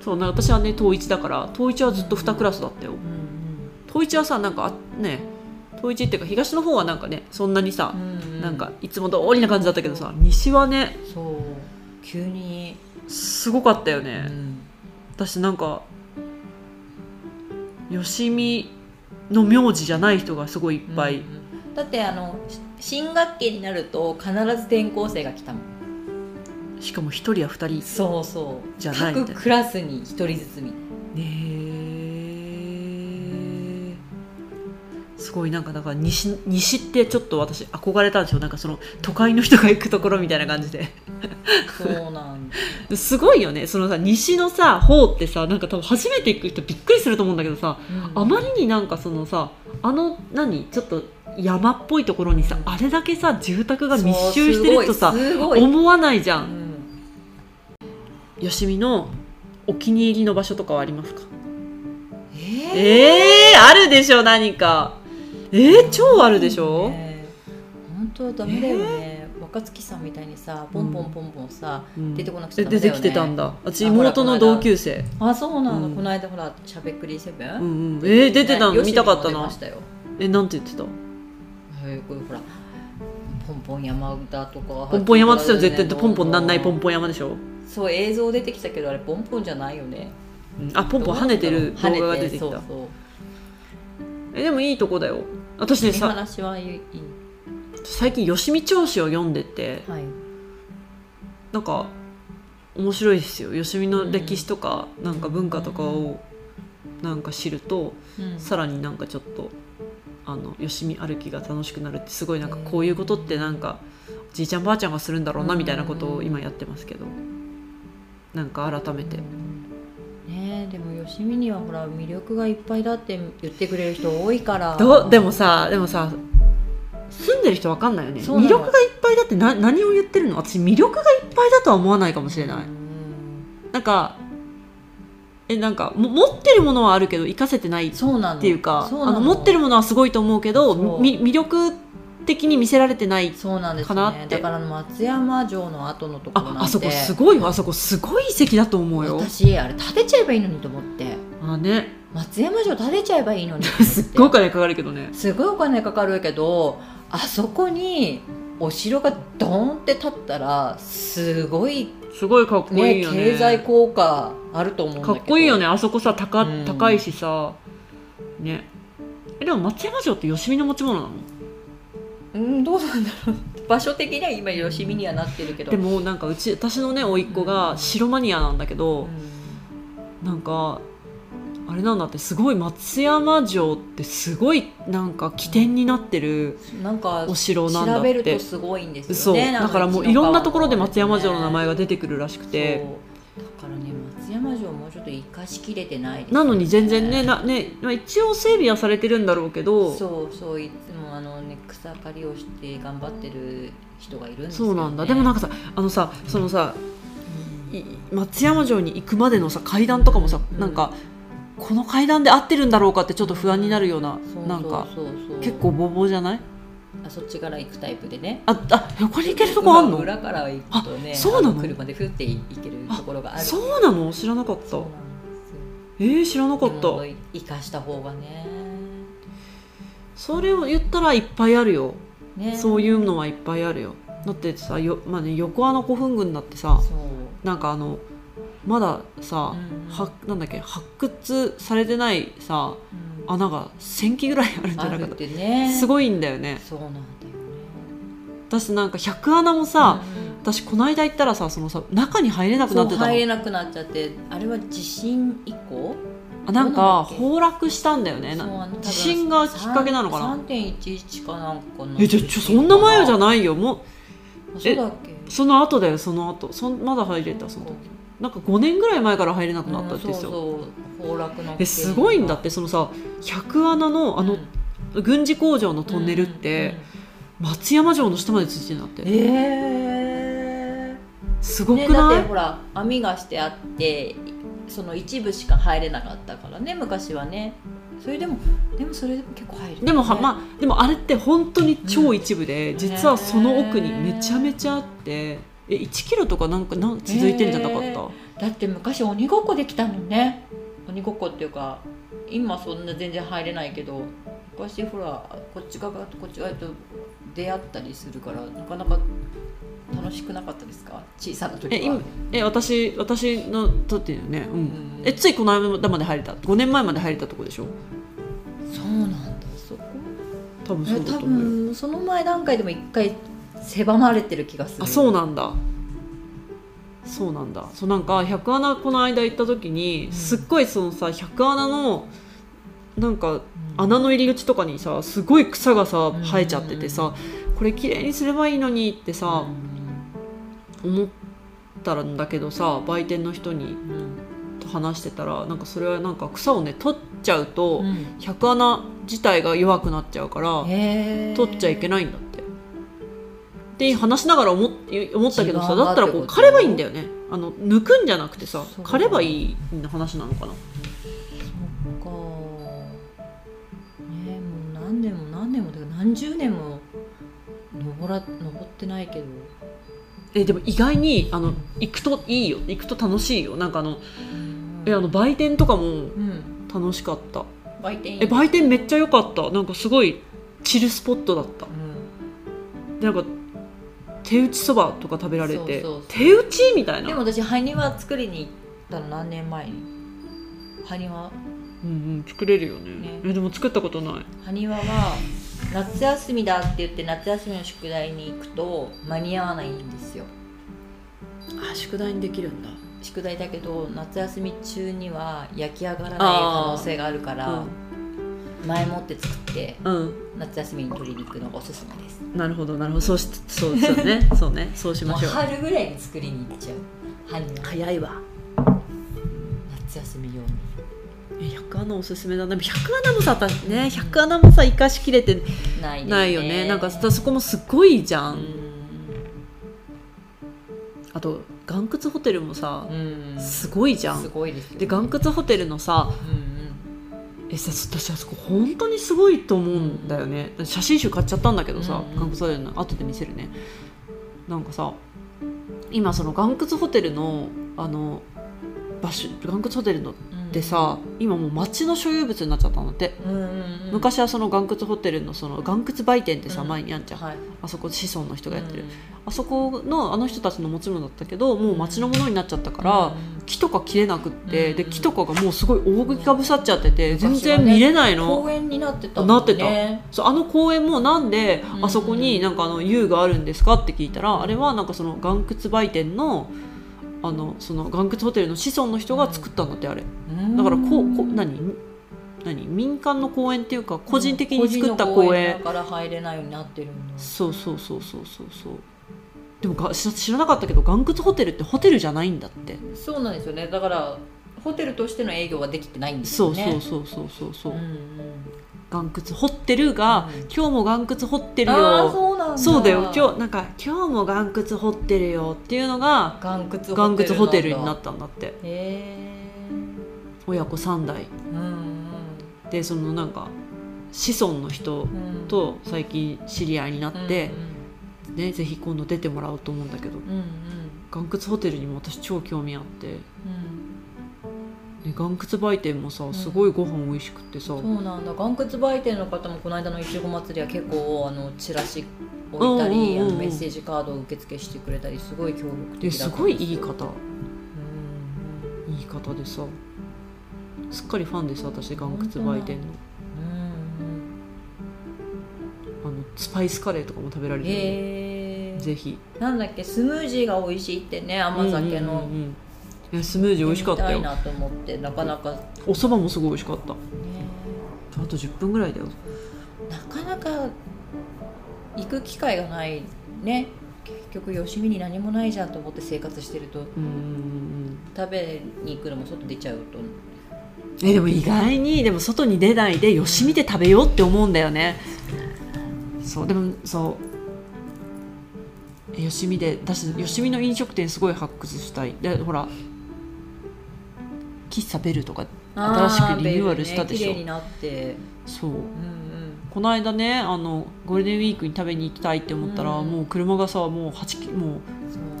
A: そうな私はね統一だから統一はずっと2クラスだったよ
B: うん
A: 統一はさなんかあね統一っていうか東の方はなんかねそんなにさ、
B: うん
A: なんかいつも通りな感じだったけどさ西はね
B: そう急に、
A: すごかったよ
B: う
A: ね、
B: ん
A: 私なんかよしみの名字じゃない人がすごいいっぱい、
B: うんだってあのし新学期になると必ず転校生が来たもん
A: しかも1人や2人
B: そうそう
A: じゃないみたい
B: 各
A: な
B: クラスに1人ずつみ
A: ねえすごいなんかだから西西ってちょっと私憧れたんですよなんかその都会の人が行くところみたいな感じで
B: そうなん だ
A: すごいよねそのさ西のさ方ってさなんか多分初めて行く人びっくりすると思うんだけどさあまりになんかそのさあの何ちょっと山っぽいところにさあれだけさ住宅が密集してるとさ
B: そうすごいすごい
A: 思わないじゃ
B: うんん
A: よしみのお気に入りの場所とかはありますか
B: えー
A: えー、あるでしょ何かえー、超あるでしょ、
B: ね本当ダメだよね、若月さんみたいにさポンポンポンポンさ、
A: うん
B: 出てこなくち
A: え
B: ゃダメだ
A: 出
B: よね
A: てきてたんだ私
B: あほら
A: 妹の同級生
B: あそうなの、
A: うん
B: この間ほらしゃべくりセブ
A: う
B: ン、
A: んうんえー、出てたの
B: ね
A: 見たかった
B: よしみも出
A: な
B: ましたよ
A: えなんて言ってた
B: はいこれほらポンポン山だとか
A: ポンポン山って言ったら絶対ポンポンなんないポン
B: ン
A: ポン山でしょ
B: そう映像出てきたけどあれポンポンじゃないよね
A: うんあポンポン跳ねてる動
B: 跳ね
A: 画が出てき
B: そう
A: た
B: そう
A: えでもいいとこだよ私ね
B: 見
A: さ
B: 話はいい
A: 最近「よしみ調子」を読んでて
B: はい
A: なんか面白いですよよしみの歴史とか、なんか文化とかをなんか知ると、
B: うん
A: さらになんかちょっとあのよしみ歩きが楽しくなるってすごいなんかこういうことってなんかじいちゃんばあちゃんがするんだろうなみたいなことを今やってますけどなんか改めて
B: ねえでもよしみにはほら魅力がいっぱいだって言ってくれる人多いから
A: どうでもさでもさ住んでる人わかんないよね
B: そうな
A: 魅
B: の
A: 力がいっぱいだってな何を言ってるの私魅力がいっぱいだとは思わないかもしれない、
B: うん
A: なんかえなんかも持ってるものはあるけど活かせてないっ
B: そうなの
A: ていうか
B: そ
A: あの持ってるものはすごいと思うけど
B: そう
A: み魅力的に見せられてない
B: そうなんです
A: かなっ
B: ね
A: て
B: だから松山城の後のところなん
A: あ
B: て
A: あそこすごいよあそこすごい遺跡だと思うよ
B: 私あれ建てちゃえばいいのにと思って
A: あね
B: 松山城建てちゃえばいいのにと思って
A: すっごいお金かかるけどね
B: すごいお金かかるけどあそこにお城がドーンって建ったらすごい,、
A: すごいかっこいい
B: ね
A: よね
B: 経済効果あると思うんだけ
A: か
B: ど
A: っこいいよねあそこさ高,、
B: うん
A: 高いしさねえでも松山城ってよしみの持ち物なの
B: うんどうなんだろう場所的には今よしみにはなってるけど
A: でもなんかうち私のね甥っ子が城マニアなんだけ
B: う
A: ど、
B: ん
A: なんかあれなんだってすごい松山城ってすごいなんか起点になってる
B: なんか
A: お城なんだ
B: 調
A: っ
B: べる
A: て
B: とすごいんですよね
A: そう
B: なん
A: だからもういろんなところで松山城の名前が出てくるらしくて
B: そうだからね松山城もうちょっと生かしきれてないです、
A: なのに全然ねなね、まあ、一応整備はされてるんだろうけどそ
B: そうそういつもあの、ね、草刈りをして頑張ってる人がいるんです
A: うなんだでもなん
B: か、
A: かさあのさそのさい松山城に行くまでのさ階段とかもさ、
B: うん
A: なんかこの階段で合ってるんだろうかってちょっと不安になるような
B: そうそう
A: なんか
B: そうそう
A: 結構ボーボーじゃない
B: あそっちから行くタイプでね
A: ああ横に行けるとこあんの
B: 裏裏から行くとね
A: あそうなの
B: あ車でふって行けるところがある
A: そうなの知らなかった
B: そうなんですよ
A: えー、知らなかっ
B: でも
A: た
B: 生かした方がね
A: それを言ったらいっぱいあるよ
B: ね
A: そういうのはいっぱいあるよだってさよ、まあね、横穴古墳群だってさ
B: そう
A: なんかあのまださ、
B: うん
A: はなんだっけ発掘されてないさ穴が1,000基ぐらいあるんじゃ
B: あ
A: なか
B: る
A: っ
B: って
A: た
B: ね
A: すごいんだよね
B: そうなんだよね
A: 私なんか100穴もさ、
B: うん
A: 私この間行ったらさそのさ中に入れなく
B: そ
A: な
B: う
A: ってたの
B: 入れなくなっちゃってあれは地震以降
A: あなん
B: どうなん
A: か
B: だっけ
A: 崩落したんだよねな地震がきっかけなのかな
B: 3.11かなんかの
A: えじゃちょそんな前じゃないよも
B: あそうだっけ
A: うその後だよその後そんまだ入れたその時なんか5年ぐらい前から入れなくなったって言ってたよ、
B: うんそうそう崩落の
A: えすごいんだってそのさ100穴のあの軍事工場のトンネルって、松山城の下まで続いてるんだっ
B: え
A: て
B: え
A: す
B: ー
A: ご
B: ね、
A: く
B: だっ
A: な
B: て
A: い、
B: ほら網がしてあってその一部しか入れなかったからね昔はねそれでもでもそれでも結構入るよね、
A: でもは、まあでもあれって本当に超一部で、
B: ん
A: 実はその奥にめちゃめちゃあってえ1キロとかなんかなん続いてんじゃなかった、
B: へーだって昔鬼ごっこできたのね鬼ごっこっていうか今そんな全然入れないけど昔ほらこっち側とこっち側と出会ったりするからなかなか楽しくなかったですか小さな時は
A: え今え私私のとっていうね、うん
B: ん
A: えついこの間まで入れた5年前まで入れたとこでしょ
B: そうなんだそこ
A: 多分そ
B: え
A: うだ
B: 多
A: と思うよ
B: 分その前段階でも一回狭まれてる気がする
A: あそう
B: う
A: なんだそうなんだそうなんか百穴この間行った時に、
B: うん
A: すっごいそのさ百穴のなんか
B: ん
A: 穴の入り口とかにさすごい草がさ
B: ん
A: 生えちゃっててさ、これ綺麗にすればいいのにってさ、思ったんだけどさ売店の人に
B: うん
A: と話してたらなんかそれはなんか草をね取っちゃうと、
B: うん
A: 百穴自体が弱くなっちゃうから
B: へー
A: 取っちゃいけないんだって。って話しながら思っ思ったけど
B: 違
A: さ
B: うな
A: だったらこう
B: ってこと
A: 刈ればいいんだよねあの抜くんじゃなくてさ
B: そう
A: 刈ればいいの話なのかな
B: そっかねえもう何年も何年もだから何十年も登ら登ってないけど
A: えでも意外にあ
B: う
A: の
B: ん
A: 行くといいよ行くと楽しいよなんかあの
B: うん
A: えあの売店とかも
B: うん
A: 楽しかった
B: 売店
A: え売店めっちゃ良かったなんかすごいチルスポットだった
B: うん
A: でなんか手打ちそばとか食べられて
B: そうそうそう
A: 手打ちみたいな
B: でも私埴輪作りに行ったの何年前に埴輪
A: うんうん作れるよね
B: ね
A: えでも作ったことない
B: 埴輪は夏休みだって言って夏休みの宿題に行くと間に合わないんですよ
A: あ宿題にできるんだ
B: 宿題だけど夏休み中には焼き上がらない可能性があるから、前もって作って
A: うん
B: 夏休みに取りに行くのがおすすめです
A: なるほどなるほどそうしそうそうね そうねそうしましょう
B: もう春ぐらいに作りに行っちゃう春の
A: 早いわ
B: 夏休み用に
A: え百穴おすすめだなでも百穴もさ私ね百穴もさ生かしきれて
B: ないですね
A: ないよねなんかさそこもすっごいじゃ、
B: うんん
A: あと岩窟ホテルもさ
B: う、ん
A: す
B: す
A: ごいじゃん
B: ごいですよ、ね、
A: で岩窟ホテルのさ
B: うんうん
A: えさ私あそこ本当にすごいと思うんだよね写真集買っちゃったんだけどさ、
B: うん
A: 岩窟ホテルの後で見せるねなんかさ今その岩窟ホテルのあの場所岩窟ホテルの
B: うん
A: でさ今もう町の所有物になっちゃったんだって、
B: うんうんうん
A: 昔はその岩窟ホテルのその岩窟売店ってさ、
B: うん
A: 前にあんじゃん、
B: はい
A: あそこ子孫の人がやってる、
B: うん
A: あそこのあの人たちの持ち物だったけどもう町のものになっちゃったから、
B: うん
A: 木とか切れなくって、
B: うん
A: で木とかがもうすごい大茎がぶさっちゃってて、全
B: 昔は
A: 然
B: ね
A: 見れないの、
B: 公園になってたもん
A: なってた
B: ね
A: そうあの公園もなんで
B: うん
A: あそこになんかあの遊があるんですかって聞いたらあれはなんかその岩窟売店のあのその岩窟ホテルの子孫の人が作ったんだってあれ。
B: うん
A: だからこうこ何み何民間の公園っていうか個人的に作った
B: 個人の
A: 公園
B: だから入れないようになってるんだ
A: そうそうそうそうそうそうでもが知知らなかったけど岩窟ホテルってホテルじゃないんだって
B: そうなんですよねだからホテルとしての営業はできてないんです
A: そ
B: よ
A: う
B: ね
A: そうそうそうそうそう、
B: うんうん
A: 岩窟ホテルが、
B: うん
A: 今日も岩窟掘ってる
B: あー
A: よ
B: そうなんだ
A: そうだよ今日なんか今日も岩窟掘ってるよっていうのが
B: 岩窟ホテル
A: 岩窟ホテルにな
B: て
A: ったんだって
B: へえ
A: 親子3代
B: うん
A: でそのなんか子孫の人
B: うんうん
A: と最近知り合いになって、
B: う
A: ね、ぜひ今度出てもらおうと思うんだけど
B: んうんうん
A: 岩窟ホテルにも私超興味あって、ね、
B: うん
A: 岩窟売店もさ
B: ん
A: すごいご飯美味しくってさ、
B: そうなんだ岩窟売店の方もこの間のいちご祭りは結構あのチラシ置いたり、
A: うんうんうんうん
B: あのメッセージカードを受付してくれたりすごい協力
A: で
B: 的だ
A: す
B: った
A: ごいいい方
B: うん
A: 方でさすっかりファンでさ私ガンクツバイデンの
B: うん
A: あのスパイスカレーとかも食べら
B: う
A: れ
B: ん
A: てるよ、
B: へえ
A: ぜひ
B: なんだっけスムージーが美味しいってね甘酒の、
A: うんうんうんいやスムージー美味しかった
B: 飲み
A: よ
B: たいなと思ってなかなか、ね、
A: お蕎麦もすごい美味しかったあと10分ぐらいだよ
B: なかなか行く機会がないね結局よしみに何もないじゃんと思って生活してると
A: うんうんうん
B: 食べに行くのも外出ちゃうと
A: えでも意外にでも外に出ないでよし見て食べようって思うんだよねそうでもそうよしみで私よしみの飲食店すごい発掘したいでほら喫茶ベルとか新しくリニューアルしたでしょ
B: あーベルね綺麗になって
A: そう
B: うんうん
A: この間ねあのゴールデンウィークに食べに行きたいって思ったら、
B: うん
A: もう車がさもう8キもう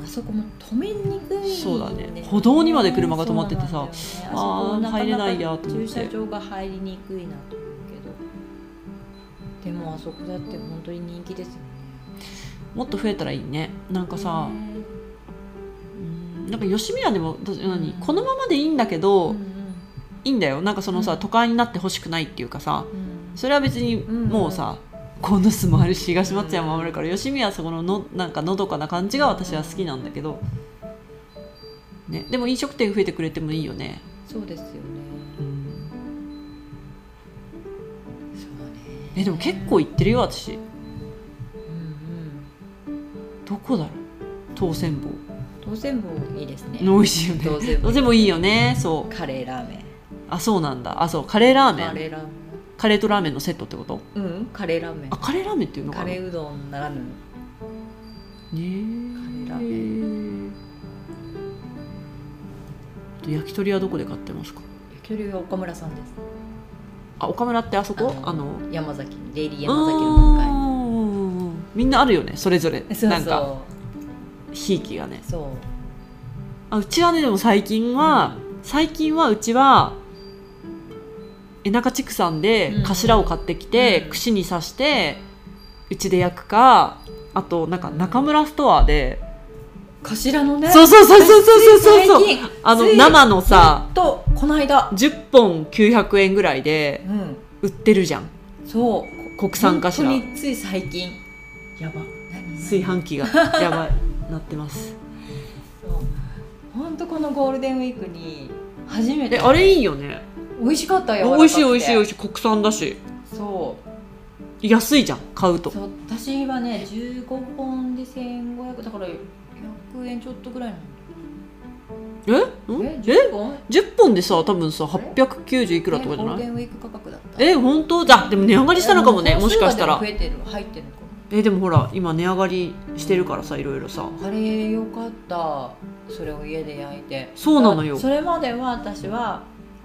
B: そうあそこも止めにくいんです
A: そ
B: よ
A: うだね歩道にまで車が止まっててさ
B: そう
A: あー
B: なんだよねあそこなかなか
A: 入れないやと思って
B: 駐車場が入りにくいなと思うけどでもあそこだって本当に人気ですよね
A: もっと増えたらいいねなんかさ、
B: ね
A: うんなんか吉見屋でもだ何、
B: うん
A: このままでいいんだけど、
B: うん
A: いいんだよなんかそのさ、
B: うん
A: 都会になってほしくないっていうかさ
B: うんうん
A: それは別に
B: んうん
A: もうさ、コンドスもあるし東松山もあるから、吉見はそこののなんかのどかな感じが私は好きなんだけど、ね、でも飲食店増えてくれてもいいよね、
B: そうですよね
A: うん
B: そうね
A: えでも結構行ってるよ私
B: うんうん
A: どこだろう当選坊
B: 当選棒いいですね
A: 美味しいよ
B: 当
A: ね
B: 選
A: 当
B: 棒
A: 選坊いいよねそう
B: カレーラーメン
A: あそうなんだあそうカレーラーメ
B: カ
A: ン
B: レーラーメ
A: カレーとラーメンのセットってこと
B: ンうんカレーラーメン
A: あカレーラーメンっていうのか
B: カ
A: な
B: レーうどんならぬ
A: ね
B: カレーラー
A: あと焼き鳥はどこで買ってますか
B: 焼き鳥は岡村さんです
A: あ岡村ってあそこあ
B: あ
A: の
B: 山崎にデイリー
A: う
B: 山崎の向か
A: ーんみんなあるよねそれぞれ
B: いそう
A: なんか
B: そ
A: ひいきがね
B: うそう
A: あうちはねでも最近は、最近はうちは江中畜産で
B: うん
A: 頭を買ってきて、
B: うん
A: 串に刺してうちで焼くかあとなんか中村ストアで、
B: 頭のね
A: そうそうそうそうそうそうそう
B: 最近
A: あの
B: つい
A: 生のさ
B: ほんとこの間
A: 10本900円ぐらいで
B: うん
A: 売ってるじゃん
B: そう
A: 国産かしら
B: 本当につい最近やば何
A: 炊飯 器がやばいなってます
B: 本当このゴールデンウィークに初め
A: え
B: て
A: あれいいよね
B: 美味しかったよ
A: 美味しい美味しい美
B: し
A: 味しい国産だし
B: いそう
A: 安いじゃん買うと
B: そう私はね15本で1500だから100円ちょっとぐらいな
A: え
B: の
A: ん
B: え
A: え
B: 15本
A: 10本でさ多分さ890いくらとかじゃ
B: ねゴー
A: な
B: ルデ
A: い
B: ンウィーク価格だった
A: え本当だでも値上がりしたのかもね
B: え
A: もしかしたら
B: 本数がでも増えてる入ってるのか
A: えでもほら今値上がりしてるからさいろいろさ
B: なあれよかったそれを家で焼いて
A: そうなのよ
B: だからそれまでは私は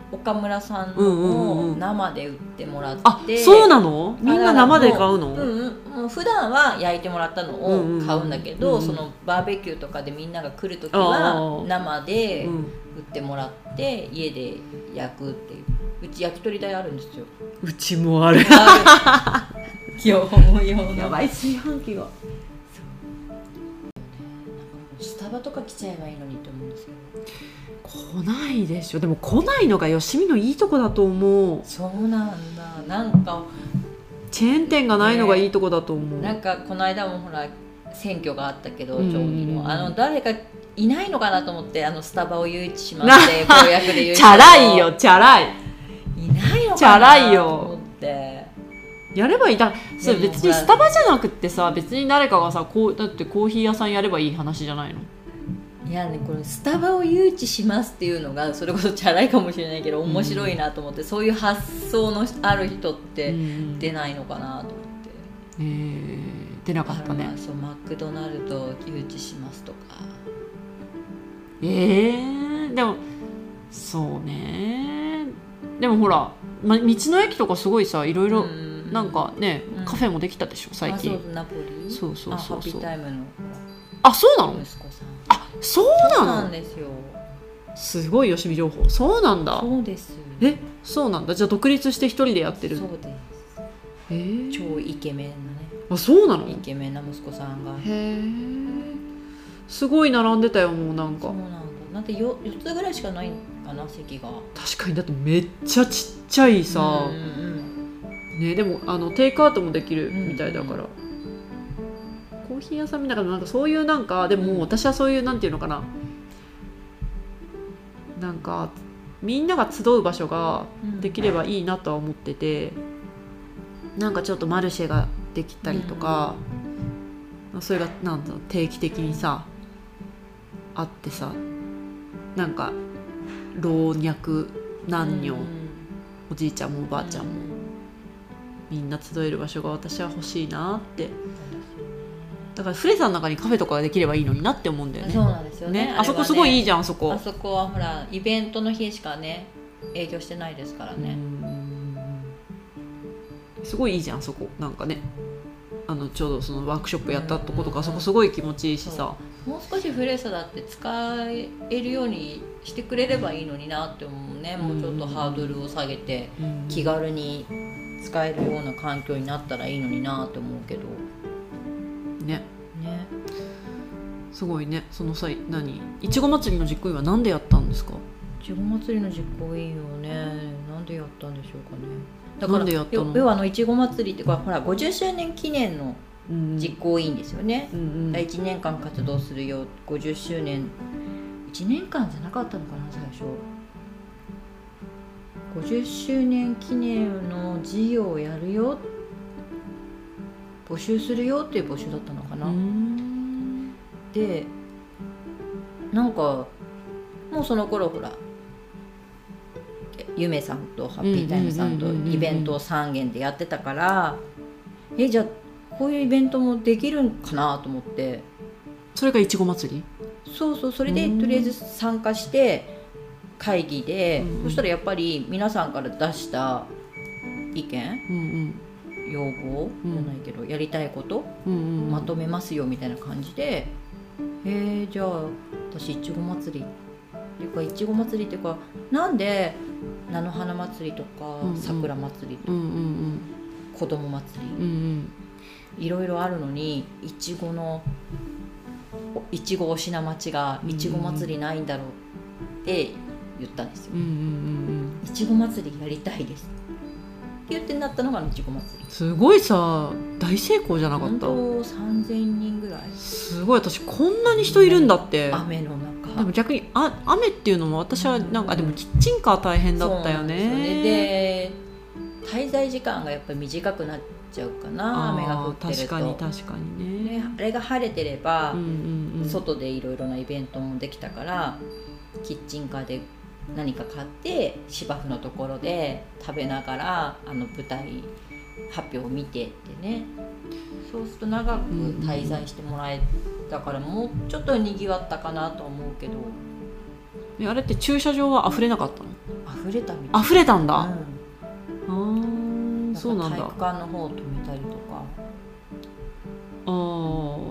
B: 岡村さん
A: うんうんうん
B: の
A: う
B: を
A: ん
B: 生で売ってもらって
A: あそう
B: の
A: なのみんな生で買うの
B: うんうん、もう普段は焼いてもらったの
A: うん
B: を
A: うん
B: 買うんだけど、
A: うん
B: そのバーベキューとかでみんなが来る時
A: あー
B: は生で
A: うん
B: 売ってもらって家で焼くっていううち焼き鳥台あるんですよ
A: うちもある
B: ある業務用の
A: い炊飯器が
B: スタバとか来ちゃえばいいのにって思うんですけ
A: 来
B: ど
A: ないでしょでも来ないのがよしみのいいとこだと思う
B: そうなんだなんか
A: チェーン店がないのがいいとこだと思う、
B: なんかこの間もほら選挙があったけど
A: うん
B: 町議のあの誰かいないのかなと思ってあのスタバを誘致しま して公約で誘致
A: チャラいよチャラい
B: いないの
A: チャ
B: か
A: ラい
B: な
A: よ
B: と思って
A: やればいいだそう
B: でも
A: 別にスタバじゃなくってさ別に誰かがさこうだってコーヒー屋さんやればいい話じゃないの
B: いやねこれスタバを誘致しますっていうのがそれこそチャラいかもしれないけど面白いなと思って、そういう発想のある人っ
A: う
B: て
A: ん
B: 出ないのかなと思って、
A: えー出なかった
B: だか
A: ね
B: らそうマクドナルドを誘致しますとか
A: えー、でもそうねでもほら、ま、道の駅とかすごいさいろいろ
B: うん
A: なんかね、
B: うん
A: カフェもできたでしょ最
B: あ
A: 近
B: そうナポリ
A: そうそうそうそう
B: あハッピータイムの
A: あそうな
B: 息
A: の
B: 子さん
A: あそう
B: そう
A: な
B: な
A: の
B: んですよ
A: すごいよしみ情報そうなんだ
B: そうです
A: えそうなんだじゃあ独立して一人でやってる
B: そうです
A: えー
B: 超イケメンなね
A: あそうなの
B: イケメンな息子さんが
A: へえすごい並んでたよもうなん
B: そう
A: か
B: なんだだってよ4つぐらいしかないかな席が
A: 確かにだってめっちゃちっちゃいさ、
B: うんうん
A: ね、でもあのテイクアウトもできるみたいだから、コーヒー屋さんみたいななんかそういうなんかでももう私はそういうなんていうのかななんかみんなが集う場所が
B: うん
A: できればいいなとは思っててなんかちょっとマルシェができたりとか、それがなんだろう定期的にさあってさなんか老若男女、
B: うん
A: おじいちゃんもおばあちゃんも、みんな集える場所が私は欲しいなってだからフレさんの中にカフェとかができればいいのになって思うんだよね
B: そうなんですよね
A: ねあそこすごいいい
B: じ
A: じゃんあそこ
B: あそこはほらイベントの日しかね営業してないですからね、
A: うんすごいいいじゃんあそこなんかねあのちょうどそのワークショップやったとことかあそこすごい気持ちいいしさ
B: もう少しフレーサだって使えるようにしてくれればいいのになって思うねもうちょっとハードルを下げて
A: うん
B: 気軽に使えるような環境になったらいいのになって思うけど
A: ね
B: ね
A: すごいねその際何いちご祭りの実行委員は何でやったんですか
B: いちご祭りの実行委員をねなんでやったんでしょうかねだ
A: なんでやったの
B: よ要はあのいちご祭りっていうかほら50周年記念の
A: うん
B: 実行委員ですよね、
A: うんうん
B: 1年間活動するよ50周年1年間じゃなかったのかな最初50周年記念の事業をやるよ募集するよっていう募集だったのかな、
A: うん
B: でなんかもうその頃ほらゆめさんとハッピータイムさんと
A: うんうんうんうんうん
B: イベントを3軒でやってたからえじゃあこういうイベントもできるんかなと思って
A: それがいちご祭り
B: そうそうそれで
A: うん
B: とりあえず参加して会議で、
A: うん
B: そしたらやっぱり皆さんから出した意見
A: うん
B: 要望
A: う
B: じ
A: ん
B: ゃないけど、やりたいこと
A: うんうんうん
B: まとめますよみたいな感じで、えーじゃあ私いちご祭りっていうかいちご祭りっていうかなんで菜の花祭りとか、
A: うんうん
B: 桜祭り
A: うんうん
B: 子供祭り
A: うんうん
B: いろいろあるのにいちごのおいちごお品町がいちご祭りないんだろうって言ったんですよ
A: うんうんうんうん
B: いちご祭りやりたいですって言ってなったのがいちご祭り
A: すごいさ大成功じゃなかっ
B: 本
A: た
B: 当3000人ぐらい
A: すごい私こんなに人いるんだって
B: 雨の
A: でも
B: 中
A: 逆にあ雨っていうのも私はなんかあでもキッチンカー大変だったよね
B: そうなんですよねで滞在時間がやっぱり短くなっちゃうかな
A: あー
B: 雨が降ってると
A: 確かに確かにね
B: ねあれが晴れてれば、
A: うんうんうん
B: 外でいろいろなイベントもできたからキッチンカーで何か買って芝生のところで食べながらあの舞台発表を見てってねそうすると長く滞在してもらえたからもうちょっとにぎわったかなと思うけど
A: ねあれって駐車場は溢れなかったの
B: 溢れたみたい
A: 溢れたんだ、
B: な、
A: あ
B: うん
A: あそうなんだ
B: 体育館の方を止めたりとか
A: あー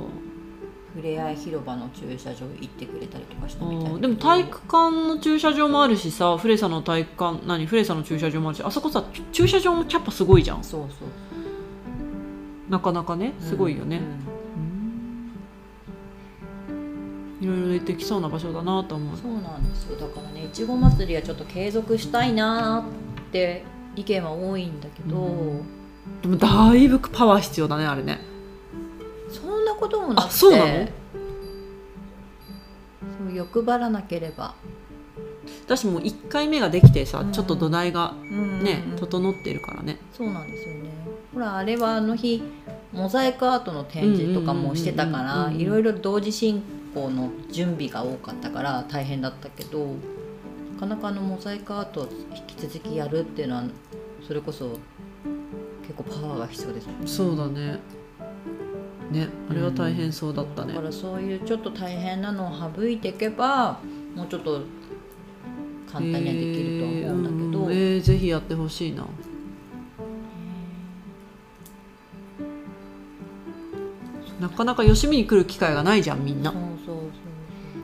B: ふれあい広場の駐車場行ってくれたりとかし
A: あ
B: たみたい
A: ー
B: な
A: でも体育館の駐車場もあるしさフレサの体育館何フレサの駐車場もあるしあそこさ駐車場もキャパすごいじゃん
B: そうそう
A: なかなかねすごいよね、
B: うんうん
A: いろいろ出てきそうな場所だなと思う。
B: そうなんですよだからねいちご祭りはちょっと継続したいなーって意見は多いんだけど、
A: うんでもだいぶパワー必要だねあれね。
B: そんなこともなくて
A: あそうなの
B: そう欲張らなければ、
A: 私もう1回目ができてさ、
B: うん
A: ちょっと土台がね、
B: うん
A: 整ってるからね。
B: そうなんですよねほらあれはあの日モザイクアートの展示とかもしてた
A: う
B: か
A: んうんうんうん
B: ら
A: うん
B: いろいろ同時進行の準備が多かったから大変だったけどなかなかあのモザイクアートを引き続きやるっていうのはそれこそ結構パワーが必要ですよね
A: そうだね。ねあれは大変そうだったね
B: だか。らそういうちょっと大変なのを省いていけばもうちょっと簡単にはできるとは思うんだけ
A: え
B: ど、
A: ーうんえーぜひやってほしいな。なかなか吉見に来る機会がないじゃんみんな
B: そう。そう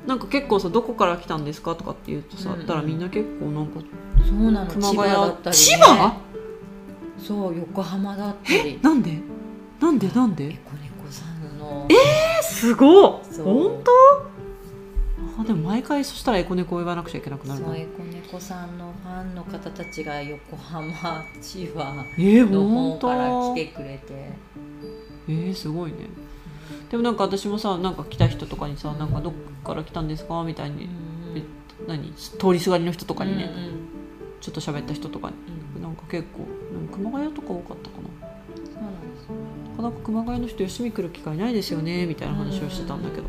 A: なんか結構さどこから来たんですかとかって言うとさ、
B: うんうん
A: たらみんな結構なんか
B: そうそうなの
A: 熊
B: 千葉だった
A: 谷
B: り、ね、
A: 千葉？
B: そう横浜だったり
A: なんで？なんでなんで？
B: 猫猫さんの
A: えすごっ
B: そう
A: 本当あでも毎回そしたらエコネコを言わなくちゃいけなくなる
B: そ
A: な
B: う
A: え
B: エコネコさんのファンの方たちが横浜千葉
A: ー、
B: の
A: ほ
B: 方
A: んと
B: から来てくれて
A: えー、すごいねでもなんか私もさなんか来た人とかにさ「なんかどっから来たんですか?」みたいに何通りすがりの人と
B: と
A: かにね、ちょっと喋った人とかになんか結構なんか熊谷とか多かったかな
B: そうなんで
A: な
B: す
A: かなか熊谷の人吉見来る機会ないですよねみたいな話をしてたんだけど、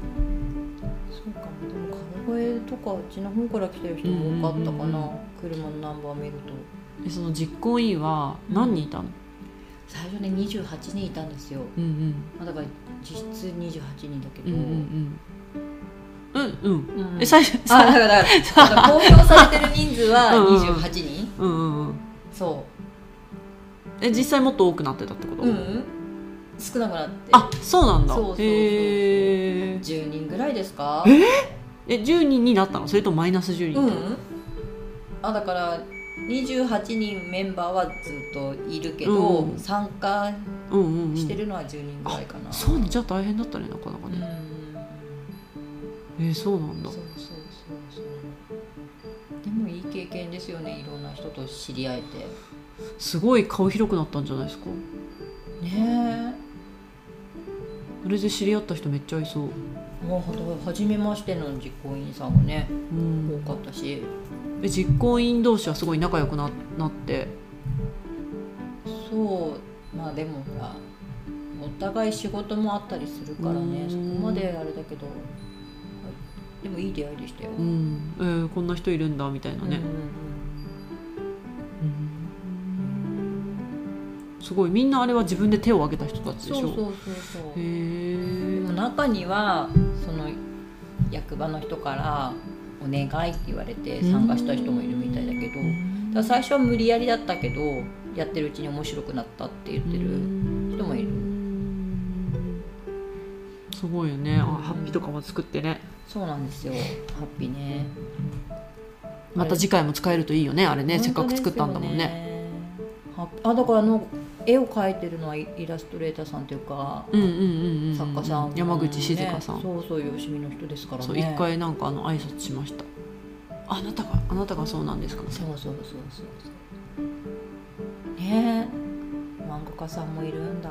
B: そうかもでも川越とかうちの方から来てる人も多かったかな、
A: うんうんうん
B: 車のナンバー見ると
A: えその実行委員は何人いたの、
B: 最初ね28人いたんですよ、
A: うん、うん
B: まあ、だから実質28人だけ
A: う
B: ど、
A: んうんうんうんうん
B: うん
A: え最初
B: あ
A: さ
B: だからだから公表されてる人数は28人
A: うんうんうん
B: そ
A: え実際もっと多くなってたってこと、
B: う、うん、少なくなって
A: あそうなんだ
B: そうそうそうそう
A: へー
B: 10人ぐらいですか
A: え10人になったのそれとマイナス10人
B: う
A: ってこと、
B: んあだから28人メンバーはずっといるけど、
A: うん
B: 参加
A: うん、うんうん
B: してるのは10人ぐらいかな、
A: そうねじゃあ大変だったねなかなか
B: うん
A: ね、えーそうなんだ
B: そうそうそうそうでもいい経験ですよねいろんな人と知り合えて
A: すごい顔広くなったんじゃないですか
B: ね
A: それで知り合った人めっちゃいそう、
B: えもう初めましての実行委員さんがね
A: うん
B: 多かったし
A: え実行委員同士はすごい仲良くななって
B: そうまあでもほらお互い仕事もあったりするからね
A: うん
B: そこまであれだけどでもいい出会いでしたよ、
A: うんえーこんな人いるんだみたいなね
B: うん、
A: うんすごいみんなあれは自分で手を挙げた人たちでし
B: そうそ
A: ょ
B: うそう
A: へ
B: そうで
A: え
B: も中にはその役場の人から「お願い」って言われて参加した人もいるみたいだけど、だから最初は無理やりだったけどやってるうちに面白くなったって言ってる、人もいる
A: すごいよねあハッピーとかも作ってね
B: そうなんですよハッピーね
A: また次回も使えるといいよねあれねせっかく作ったんだもんね
B: ね。はあだからあの絵を描いてるのはイイラストレーターさんというか、
A: うんうんうんうん
B: 作家さん、
A: 山口静香さん、
B: ねそうそうよしみの人ですからね
A: そう一回なんかあの挨拶しましたあなたがあなたがそうなんですか
B: そうそうそうそうそうねえ漫画家さんもいるんだ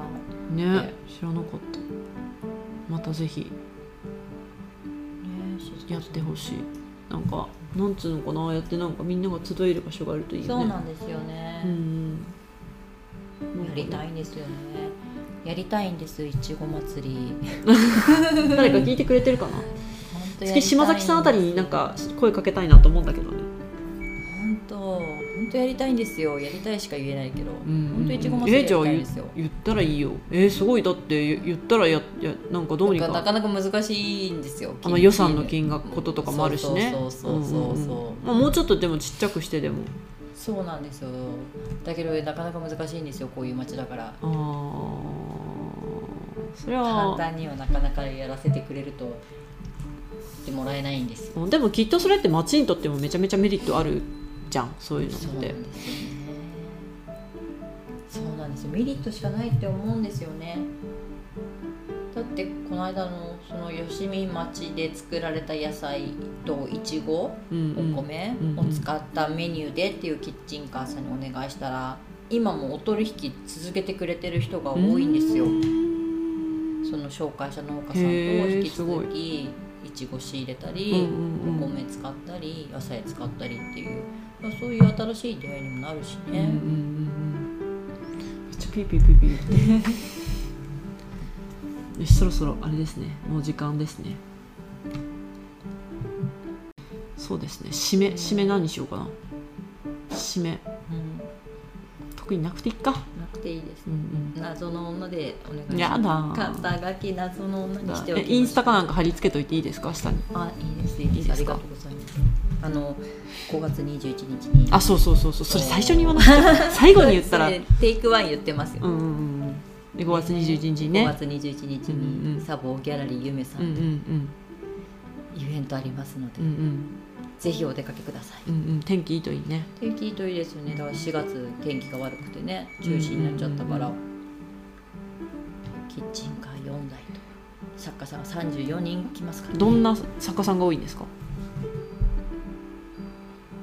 B: ね
A: ね知らなかったまたぜひ
B: 静香さん
A: やってほしいなんかなんつうのかなああやってなんかみんなが集える場所があるといいよ
B: そ
A: ね
B: うなんですよね、
A: うん
B: やりたいんですよねやりたいんですいちご祭り
A: 誰か聞いてくれてるかな
B: 本当やりた
A: 次
B: い
A: 島崎さんあたりになんか声かけたいなと思うんだけどね
B: 本当本当やりたいんですよやりたいしか言えないけど、
A: ん
B: 本当いちご祭りやりたいんですよ、
A: 言ったらいいよえーすごいだって言言ったらややなんかどうに
B: なんかな
A: か
B: かなか難しいんですよ
A: あの予算の金額こととかもあるしね
B: そうそうそうそうそ
A: う
B: う,、
A: んうんうんまあもうちょっとでもちっちゃくしてでも
B: そうなんですよだけどなかなか難しいんですよこういう町だから
A: あーそれ
B: 簡
A: は
B: 単にはなかなかやらせてくれるとってもらえないんですよ
A: うんでもきっとそれって町にとってもめちゃめちゃメリットあるじゃんそういうの
B: そう
A: っ
B: なんで
A: て
B: すよねそうなんですよメリットしかないって思うんですよねだってこの間のその吉見町で作られた野菜といちご
A: うん
B: お
A: うん
B: 米
A: うん
B: を使ったメニューでっていうキッチンカーさんにお願いしたら今もお取引続けてくれてる人が多いんですよその紹介者農家さんと
A: へ
B: 引
A: ー
B: き
A: すごい
B: 続きいちご仕入れた
A: うんう
B: り
A: んう
B: お
A: ん
B: 米使ったり野菜使ったりっていう、まあ、そういう新しい出会いにもなるし
A: うんうん
B: ね、
A: うんめっちゃピーピーピーピー言って よしそろそろあれですねもう時間ですねそうですね締め締め何にしようかな締め
B: うん
A: 特になくていいか
B: なくていいです
A: うん
B: 謎の女でお願い
A: うん
B: し
A: や
B: ま
A: だ
B: す肩書き謎の女にしておき
A: え
B: ましょう
A: インスタかなんか貼り付けといていいですか下に
B: あいいですいいです
A: いいですか
B: ありがとうございますあの5月21日に
A: あそうそうそうそうそれ最初に言わ なくちゃ最後に言ったら
B: そうれ
A: ん
B: テイクワン言ってますよ、
A: うんうんで5月21日に
B: 5
A: ね
B: 月21日
A: うんうん
B: にサボギャラリーゆめさ
A: うんうん
B: んの
A: うん
B: イベントありますので、
A: うんうん
B: ぜひお出かけください
A: うんうん天気いいといいね
B: 天気いいといいですよねだから4月天気が悪くてね中止になっちゃったから、
A: うん
B: キッチンカー4台と作家さんが34人来ますから、ね、
A: どんな作家さんが多いんですか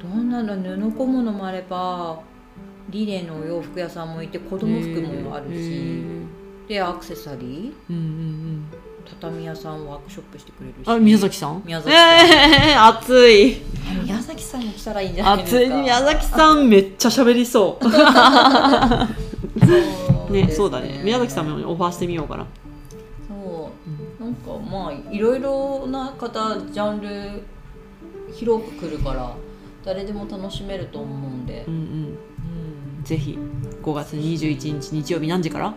B: どんなの布小物もあればリレーのお洋服屋さんもいて子供服もある
A: へ
B: し
A: ー
B: でアクセサリー
A: うんうん
B: 畳屋さんワークショップしてくれるし
A: うんあ宮崎さん
B: 宮崎さん
A: ええー、熱い
B: あ宮崎さんに来たらいいんじゃないですか
A: 熱い宮崎さんめっちゃ喋りそう
B: そう
A: ね
B: です
A: そうだね宮崎さんもオファーしてみようかな
B: そううなんかまあいろいろな方ジャンル広く来るから誰でも楽しめると思うんで
A: う、ん
B: うん
A: うんぜひ5月21日日曜日何時から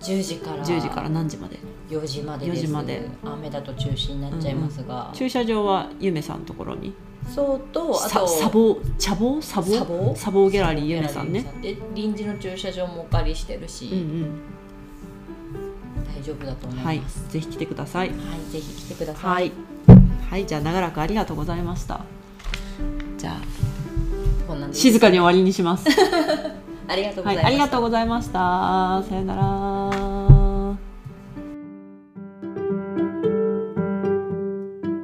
B: 10時から
A: 10時から何時まで
B: 4時までです
A: 4時まで
B: 雨だと中止になっちゃいますが、
A: 駐車場はゆめさんのところに
B: そうとあ
A: さ
B: と
A: サボー茶房サボ
B: 砂防
A: サボーギャラリーゆめさんね
B: で臨時の駐車場もお借りしてるし、
A: うんうん
B: 大丈夫だと思
A: はいい
B: ます、
A: ぜひ来てください
B: はいぜひ来てください、
A: はいはいじゃあ長らくありがとうございましたじゃあ
B: こんなんで
A: 静かに終わりにします
B: ありがとうご
A: は
B: ざい
A: い、
B: ます、
A: ありがとうございました。さよなら。